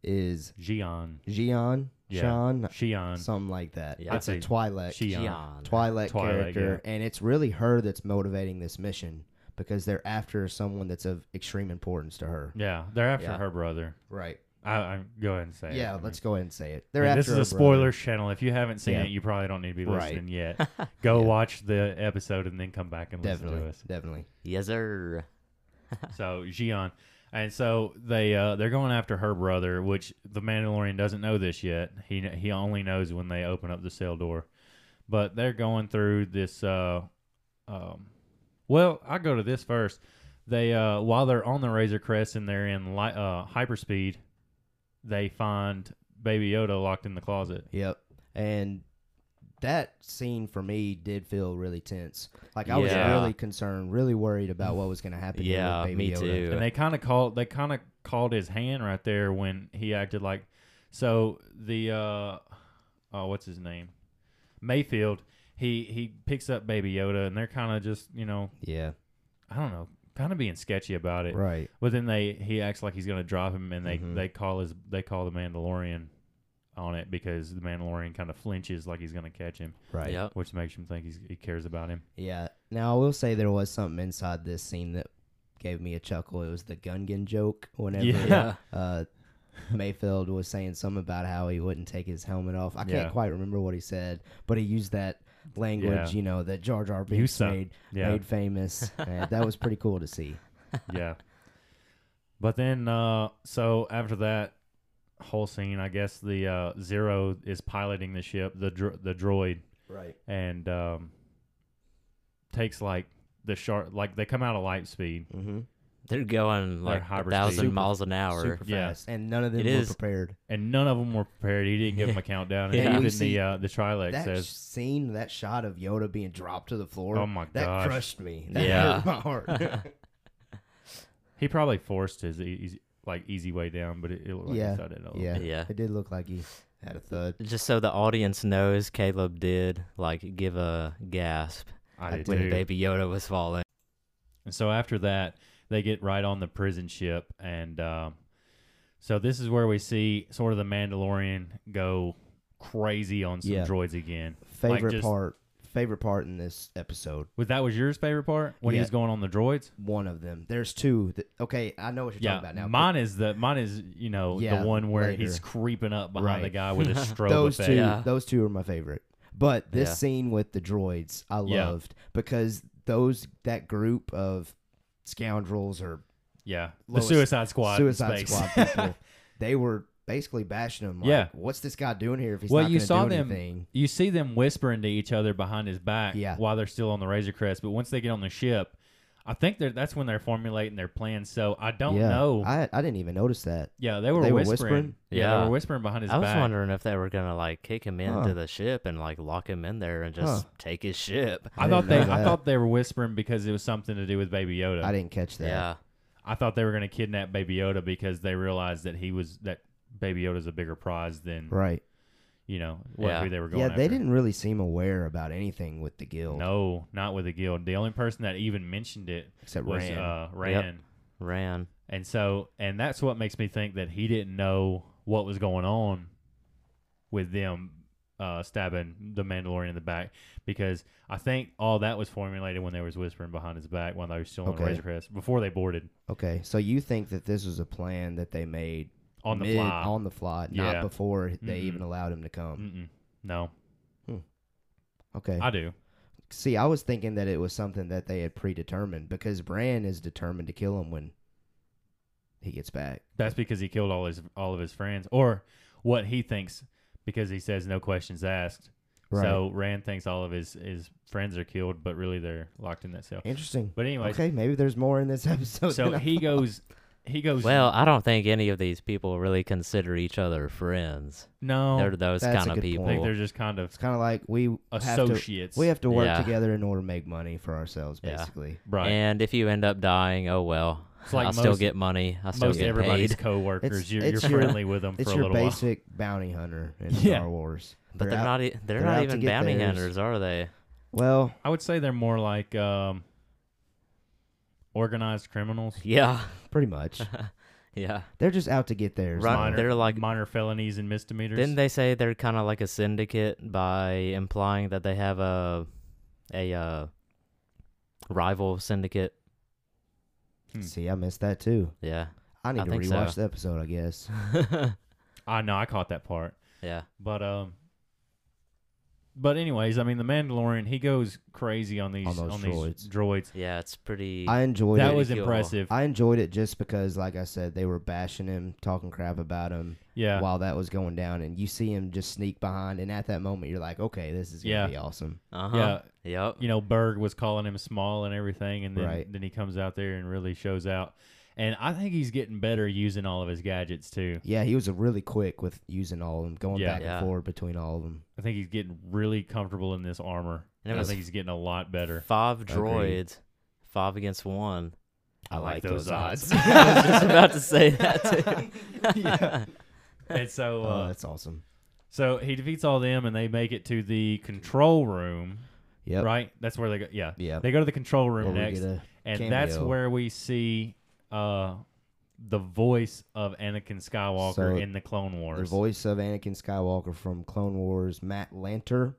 [SPEAKER 1] is
[SPEAKER 2] Gian
[SPEAKER 1] Gian,
[SPEAKER 2] Yeah.
[SPEAKER 1] Sean,
[SPEAKER 2] Shion
[SPEAKER 1] something like that.
[SPEAKER 3] Yeah.
[SPEAKER 1] It's a
[SPEAKER 2] I'd say
[SPEAKER 1] Twilight.
[SPEAKER 2] Shion
[SPEAKER 3] Gian.
[SPEAKER 1] Twilight,
[SPEAKER 2] Twilight,
[SPEAKER 1] character, and it's really her that's motivating this mission because they're after someone that's of extreme importance to her.
[SPEAKER 2] yeah they're after
[SPEAKER 1] Yeah.
[SPEAKER 2] her brother
[SPEAKER 1] Right.
[SPEAKER 2] I, I go ahead and say it.
[SPEAKER 1] Yeah,
[SPEAKER 2] I mean,
[SPEAKER 1] let's go ahead and say it.
[SPEAKER 2] I
[SPEAKER 1] They're
[SPEAKER 2] mean,
[SPEAKER 1] after
[SPEAKER 2] this
[SPEAKER 1] her
[SPEAKER 2] is a
[SPEAKER 1] brother.
[SPEAKER 2] spoilers channel if you haven't seen
[SPEAKER 1] Yeah.
[SPEAKER 2] it you probably don't need to be
[SPEAKER 1] Right. [LAUGHS]
[SPEAKER 2] listening yet go
[SPEAKER 1] Yeah.
[SPEAKER 2] watch the episode and then come back and listen to
[SPEAKER 1] Definitely.
[SPEAKER 2] us
[SPEAKER 1] Definitely.
[SPEAKER 3] yes, sir.
[SPEAKER 2] so Gian and so they uh, they're going after her brother, which the Mandalorian doesn't know this yet. He he only knows when they open up the cell door, but they're going through this. Uh, um, well, I go to this first. They uh, while they're on the Razor Crest and they're in li- uh, hyperspeed, they find Baby Yoda locked in the closet.
[SPEAKER 1] Yep. And that scene for me did feel really tense. Like I was
[SPEAKER 3] Yeah.
[SPEAKER 1] really concerned, really worried about what was going to happen. here
[SPEAKER 3] Yeah,
[SPEAKER 1] with Baby
[SPEAKER 3] me
[SPEAKER 1] Yoda.
[SPEAKER 3] too.
[SPEAKER 2] And they kind of called they kind of called his hand right there when he acted like so the uh oh what's his name Mayfield he he picks up Baby Yoda and they're kind of just you know
[SPEAKER 1] Yeah.
[SPEAKER 2] I don't know kind of being sketchy about it.
[SPEAKER 1] Right.
[SPEAKER 2] But then they he acts like he's gonna drop him and they
[SPEAKER 1] Mhm.
[SPEAKER 2] they call his they call the Mandalorian on it because the Mandalorian kind of flinches like he's gonna catch him,
[SPEAKER 1] Right. [LAUGHS]
[SPEAKER 3] Yep.
[SPEAKER 2] which makes him think he's, he cares about him.
[SPEAKER 1] Yeah. Now I will say there was something inside this scene that gave me a chuckle. It was the Gungan joke whenever
[SPEAKER 2] Yeah.
[SPEAKER 1] uh, Mayfield was saying something about how he wouldn't take his helmet off. I
[SPEAKER 2] Yeah.
[SPEAKER 1] can't quite remember what he said, but he used that language,
[SPEAKER 2] Yeah.
[SPEAKER 1] you know, that Jar Jar
[SPEAKER 2] You
[SPEAKER 1] Binks
[SPEAKER 2] suck.
[SPEAKER 1] made,
[SPEAKER 2] Yeah,
[SPEAKER 1] made famous. and that was pretty cool to see.
[SPEAKER 2] yeah. But then, uh, so after that whole scene, I guess the uh, Zero is piloting the ship, the dro- the droid,
[SPEAKER 1] Right.
[SPEAKER 2] and um, takes like the shark. Like they come out of light speed.
[SPEAKER 1] Mm-hmm.
[SPEAKER 3] They're going
[SPEAKER 2] They're
[SPEAKER 3] like a
[SPEAKER 2] hyperspeed.
[SPEAKER 3] thousand
[SPEAKER 1] Super-
[SPEAKER 3] miles an hour.
[SPEAKER 1] super
[SPEAKER 2] Yeah.
[SPEAKER 1] fast, and none of them
[SPEAKER 3] It
[SPEAKER 1] were
[SPEAKER 3] is-
[SPEAKER 1] prepared.
[SPEAKER 2] And none of them were prepared. He didn't give
[SPEAKER 1] [LAUGHS]
[SPEAKER 2] them a countdown. And
[SPEAKER 3] Yeah.
[SPEAKER 2] even
[SPEAKER 1] We see
[SPEAKER 2] the uh, the Trilek
[SPEAKER 1] That
[SPEAKER 2] says,
[SPEAKER 1] scene, that shot of Yoda being dropped to the floor,
[SPEAKER 2] "Oh my
[SPEAKER 1] that
[SPEAKER 2] gosh!"
[SPEAKER 1] crushed me. [LAUGHS] That
[SPEAKER 3] Yeah.
[SPEAKER 1] hurt my heart.
[SPEAKER 2] [LAUGHS]
[SPEAKER 1] [LAUGHS]
[SPEAKER 2] He probably forced his e-, easy, like easy way down, but it, it looked like
[SPEAKER 1] Yeah.
[SPEAKER 2] he thought it. a little
[SPEAKER 1] yeah,
[SPEAKER 2] bit.
[SPEAKER 3] Yeah.
[SPEAKER 1] it did look like he had a thud.
[SPEAKER 3] Just so the audience knows, Caleb did like give a gasp
[SPEAKER 2] I did
[SPEAKER 3] when
[SPEAKER 2] too.
[SPEAKER 3] Baby Yoda was falling.
[SPEAKER 2] And so after that, they get right on the prison ship, and um, so this is where we see sort of the Mandalorian go crazy on some
[SPEAKER 1] Yeah.
[SPEAKER 2] droids again.
[SPEAKER 1] Favorite
[SPEAKER 2] just-
[SPEAKER 1] part, favorite part in this episode,
[SPEAKER 2] Was that was yours favorite part when he
[SPEAKER 1] Yeah.
[SPEAKER 2] was going on the droids?
[SPEAKER 1] one of them. There's two. That, okay, I know what you're
[SPEAKER 2] Yeah,
[SPEAKER 1] talking about now. but
[SPEAKER 2] mine is the mine is you know
[SPEAKER 1] Yeah,
[SPEAKER 2] the one where
[SPEAKER 1] later.
[SPEAKER 2] he's creeping up behind
[SPEAKER 1] Right.
[SPEAKER 2] the guy
[SPEAKER 1] [LAUGHS]
[SPEAKER 2] with a strobe
[SPEAKER 1] those
[SPEAKER 2] effect.
[SPEAKER 1] two,
[SPEAKER 3] Yeah.
[SPEAKER 1] those two are my favorite. But this
[SPEAKER 3] Yeah.
[SPEAKER 1] scene with the droids, I
[SPEAKER 2] Yeah.
[SPEAKER 1] loved because those that group of scoundrels or
[SPEAKER 2] Yeah, the
[SPEAKER 1] Lowest-
[SPEAKER 2] Suicide Squad. in
[SPEAKER 1] Suicide
[SPEAKER 2] space. [LAUGHS]
[SPEAKER 1] Squad people. they were basically bashing him. Like,
[SPEAKER 2] Yeah.
[SPEAKER 1] what's this guy doing here if he's
[SPEAKER 2] Well,
[SPEAKER 1] not
[SPEAKER 2] you
[SPEAKER 1] gonna
[SPEAKER 2] saw
[SPEAKER 1] do
[SPEAKER 2] them-
[SPEAKER 1] anything?
[SPEAKER 2] You see them whispering to each other behind his back
[SPEAKER 1] Yeah.
[SPEAKER 2] while they're still on the Razor Crest, but once they get on the ship, I think they're, that's when they're formulating their plan. So I don't
[SPEAKER 1] yeah.
[SPEAKER 2] know.
[SPEAKER 1] I I didn't even notice that.
[SPEAKER 2] yeah, they were
[SPEAKER 1] They were
[SPEAKER 2] whispering.
[SPEAKER 1] whispering?
[SPEAKER 2] Yeah, they
[SPEAKER 3] Yeah.
[SPEAKER 2] were whispering behind his
[SPEAKER 3] I was
[SPEAKER 2] back.
[SPEAKER 3] wondering if they were gonna like kick him into
[SPEAKER 1] Huh.
[SPEAKER 3] the ship and like lock him in there and just take his ship.
[SPEAKER 2] I,
[SPEAKER 1] I
[SPEAKER 2] thought
[SPEAKER 1] didn't
[SPEAKER 2] they
[SPEAKER 1] know
[SPEAKER 2] I
[SPEAKER 1] that.
[SPEAKER 2] thought they were whispering because it was something to do with Baby Yoda.
[SPEAKER 1] I didn't catch that.
[SPEAKER 3] Yeah.
[SPEAKER 2] I thought they were going to kidnap Baby Yoda because they realized that he was that Baby Yoda's a bigger prize than
[SPEAKER 1] Right.
[SPEAKER 2] you know what,
[SPEAKER 3] Yeah.
[SPEAKER 2] who they were going.
[SPEAKER 1] Yeah,
[SPEAKER 2] after.
[SPEAKER 1] they didn't really seem aware about anything with the guild
[SPEAKER 2] No, not with the guild. The only person that even mentioned it
[SPEAKER 1] except
[SPEAKER 2] was
[SPEAKER 1] Rand.
[SPEAKER 2] Uh, Ran,
[SPEAKER 3] Ran.
[SPEAKER 2] and so and that's what makes me think that he didn't know what was going on with them uh, stabbing the Mandalorian in the back because I think all that was formulated when they was whispering behind his back while they were still on the
[SPEAKER 1] Okay.
[SPEAKER 2] Razor Crest before they boarded
[SPEAKER 1] okay, so you think that this was a plan that they made
[SPEAKER 2] on the
[SPEAKER 1] mid-
[SPEAKER 2] fly.
[SPEAKER 1] on the fly, not
[SPEAKER 2] Yeah.
[SPEAKER 1] before they
[SPEAKER 2] Mhm.
[SPEAKER 1] even allowed him to come.
[SPEAKER 2] Mm-mm. No,
[SPEAKER 1] Okay,
[SPEAKER 2] Mm-hmm. I do.
[SPEAKER 1] see, I was thinking that it was something that they had predetermined because Bran is determined to kill him when he gets back.
[SPEAKER 2] That's because he killed all his all of his friends, or what he thinks, because he says no questions asked. So Rand thinks all of his his friends are killed, but really they're locked in that cell.
[SPEAKER 1] interesting.
[SPEAKER 2] But anyway,
[SPEAKER 1] Okay, maybe there's more in this [LAUGHS] episode.
[SPEAKER 2] so
[SPEAKER 1] than I
[SPEAKER 2] he
[SPEAKER 1] thought.
[SPEAKER 2] goes, he goes.
[SPEAKER 3] Well, I don't think any of these people really consider each other friends.
[SPEAKER 2] no,
[SPEAKER 3] They're those
[SPEAKER 1] that's a
[SPEAKER 3] kind of
[SPEAKER 1] good
[SPEAKER 2] I
[SPEAKER 3] people.
[SPEAKER 2] think they're just kind of
[SPEAKER 1] It's kind of like we have to
[SPEAKER 2] associates,
[SPEAKER 1] we have to work
[SPEAKER 3] Yeah.
[SPEAKER 1] together in order to make money for ourselves,
[SPEAKER 3] Yeah.
[SPEAKER 1] basically.
[SPEAKER 2] right?
[SPEAKER 3] And if you end up dying, oh well.
[SPEAKER 2] it's like
[SPEAKER 3] I
[SPEAKER 2] most,
[SPEAKER 3] still get money. I still
[SPEAKER 2] most
[SPEAKER 3] get
[SPEAKER 2] everybody's
[SPEAKER 3] paid.
[SPEAKER 2] coworkers.
[SPEAKER 1] It's-
[SPEAKER 2] you're,
[SPEAKER 1] it's
[SPEAKER 2] you're
[SPEAKER 1] your-
[SPEAKER 2] friendly with them
[SPEAKER 1] It's
[SPEAKER 2] for a
[SPEAKER 1] your
[SPEAKER 2] little while.
[SPEAKER 1] basic bounty hunter
[SPEAKER 2] [LAUGHS]
[SPEAKER 1] in
[SPEAKER 2] Yeah.
[SPEAKER 1] Star Wars.
[SPEAKER 3] [LAUGHS] But they're
[SPEAKER 1] out-
[SPEAKER 3] not. e- They're,
[SPEAKER 1] they're out
[SPEAKER 3] not
[SPEAKER 1] to
[SPEAKER 3] even
[SPEAKER 1] get
[SPEAKER 3] bounty
[SPEAKER 1] theirs.
[SPEAKER 3] hunters, are they? [LAUGHS]
[SPEAKER 1] Well,
[SPEAKER 2] I would say they're more like um, organized criminals.
[SPEAKER 3] Yeah.
[SPEAKER 1] pretty
[SPEAKER 3] [LAUGHS]
[SPEAKER 1] much.
[SPEAKER 3] Yeah.
[SPEAKER 1] They're just out to get theirs.
[SPEAKER 3] Run-
[SPEAKER 1] man.
[SPEAKER 2] minor,
[SPEAKER 3] they're like-
[SPEAKER 2] minor felonies and misdemeanors.
[SPEAKER 3] Didn't they say they're kind of like a syndicate by implying that they have a a uh, rival syndicate?
[SPEAKER 2] Hmm.
[SPEAKER 1] See, I missed that too.
[SPEAKER 3] Yeah. [LAUGHS]
[SPEAKER 1] I need
[SPEAKER 3] I
[SPEAKER 1] to
[SPEAKER 3] think
[SPEAKER 1] rewatch
[SPEAKER 3] so.
[SPEAKER 1] the episode, I guess.
[SPEAKER 2] I know I caught that part.
[SPEAKER 3] yeah.
[SPEAKER 2] But um but anyways, I mean the Mandalorian, he goes crazy on these
[SPEAKER 1] On those
[SPEAKER 2] on, these droids.
[SPEAKER 3] Yeah. It's pretty.
[SPEAKER 1] I enjoyed
[SPEAKER 2] That
[SPEAKER 1] it.
[SPEAKER 2] was
[SPEAKER 3] Cool.
[SPEAKER 2] impressive.
[SPEAKER 1] I enjoyed it just because, like I said, they were bashing him, talking crap about him
[SPEAKER 2] yeah.
[SPEAKER 1] while that was going down, and you see him just sneak behind, and at that moment, you're like, okay, this is gonna
[SPEAKER 2] Yeah.
[SPEAKER 1] be awesome.
[SPEAKER 3] uh huh.
[SPEAKER 2] Yeah.
[SPEAKER 3] Yep.
[SPEAKER 2] You know, Berg was calling him small and everything and then
[SPEAKER 1] Right.
[SPEAKER 2] then he comes out there and really shows out. And I think he's getting better using all of his gadgets too.
[SPEAKER 1] Yeah, he was a really quick with using all of them, going
[SPEAKER 2] Yeah.
[SPEAKER 1] back
[SPEAKER 3] Yeah.
[SPEAKER 1] and forward between all of them.
[SPEAKER 2] I think he's getting really comfortable in this armor.
[SPEAKER 3] And it
[SPEAKER 2] I
[SPEAKER 3] was
[SPEAKER 2] think he's getting a
[SPEAKER 1] [LAUGHS]
[SPEAKER 2] lot better.
[SPEAKER 3] Five
[SPEAKER 1] Agreed.
[SPEAKER 3] droids, five
[SPEAKER 1] [LAUGHS]
[SPEAKER 3] against one.
[SPEAKER 2] I like those odds.
[SPEAKER 3] [LAUGHS] I
[SPEAKER 2] [LAUGHS]
[SPEAKER 3] was just about to say that too.
[SPEAKER 1] [LAUGHS]
[SPEAKER 2] yeah. And so
[SPEAKER 1] oh,
[SPEAKER 2] uh,
[SPEAKER 1] that's awesome.
[SPEAKER 2] so he defeats all them and they make it to the control room,
[SPEAKER 1] Yep.
[SPEAKER 2] right? That's where they go. Yeah.
[SPEAKER 1] Yeah.
[SPEAKER 2] They go to the control room
[SPEAKER 1] Where we
[SPEAKER 2] next.
[SPEAKER 1] get a-
[SPEAKER 2] and that's
[SPEAKER 1] cameo.
[SPEAKER 2] where we see uh, the voice of Anakin Skywalker
[SPEAKER 1] So,
[SPEAKER 2] in the Clone Wars.
[SPEAKER 1] the voice of Anakin Skywalker from Clone Wars, Matt Lanter.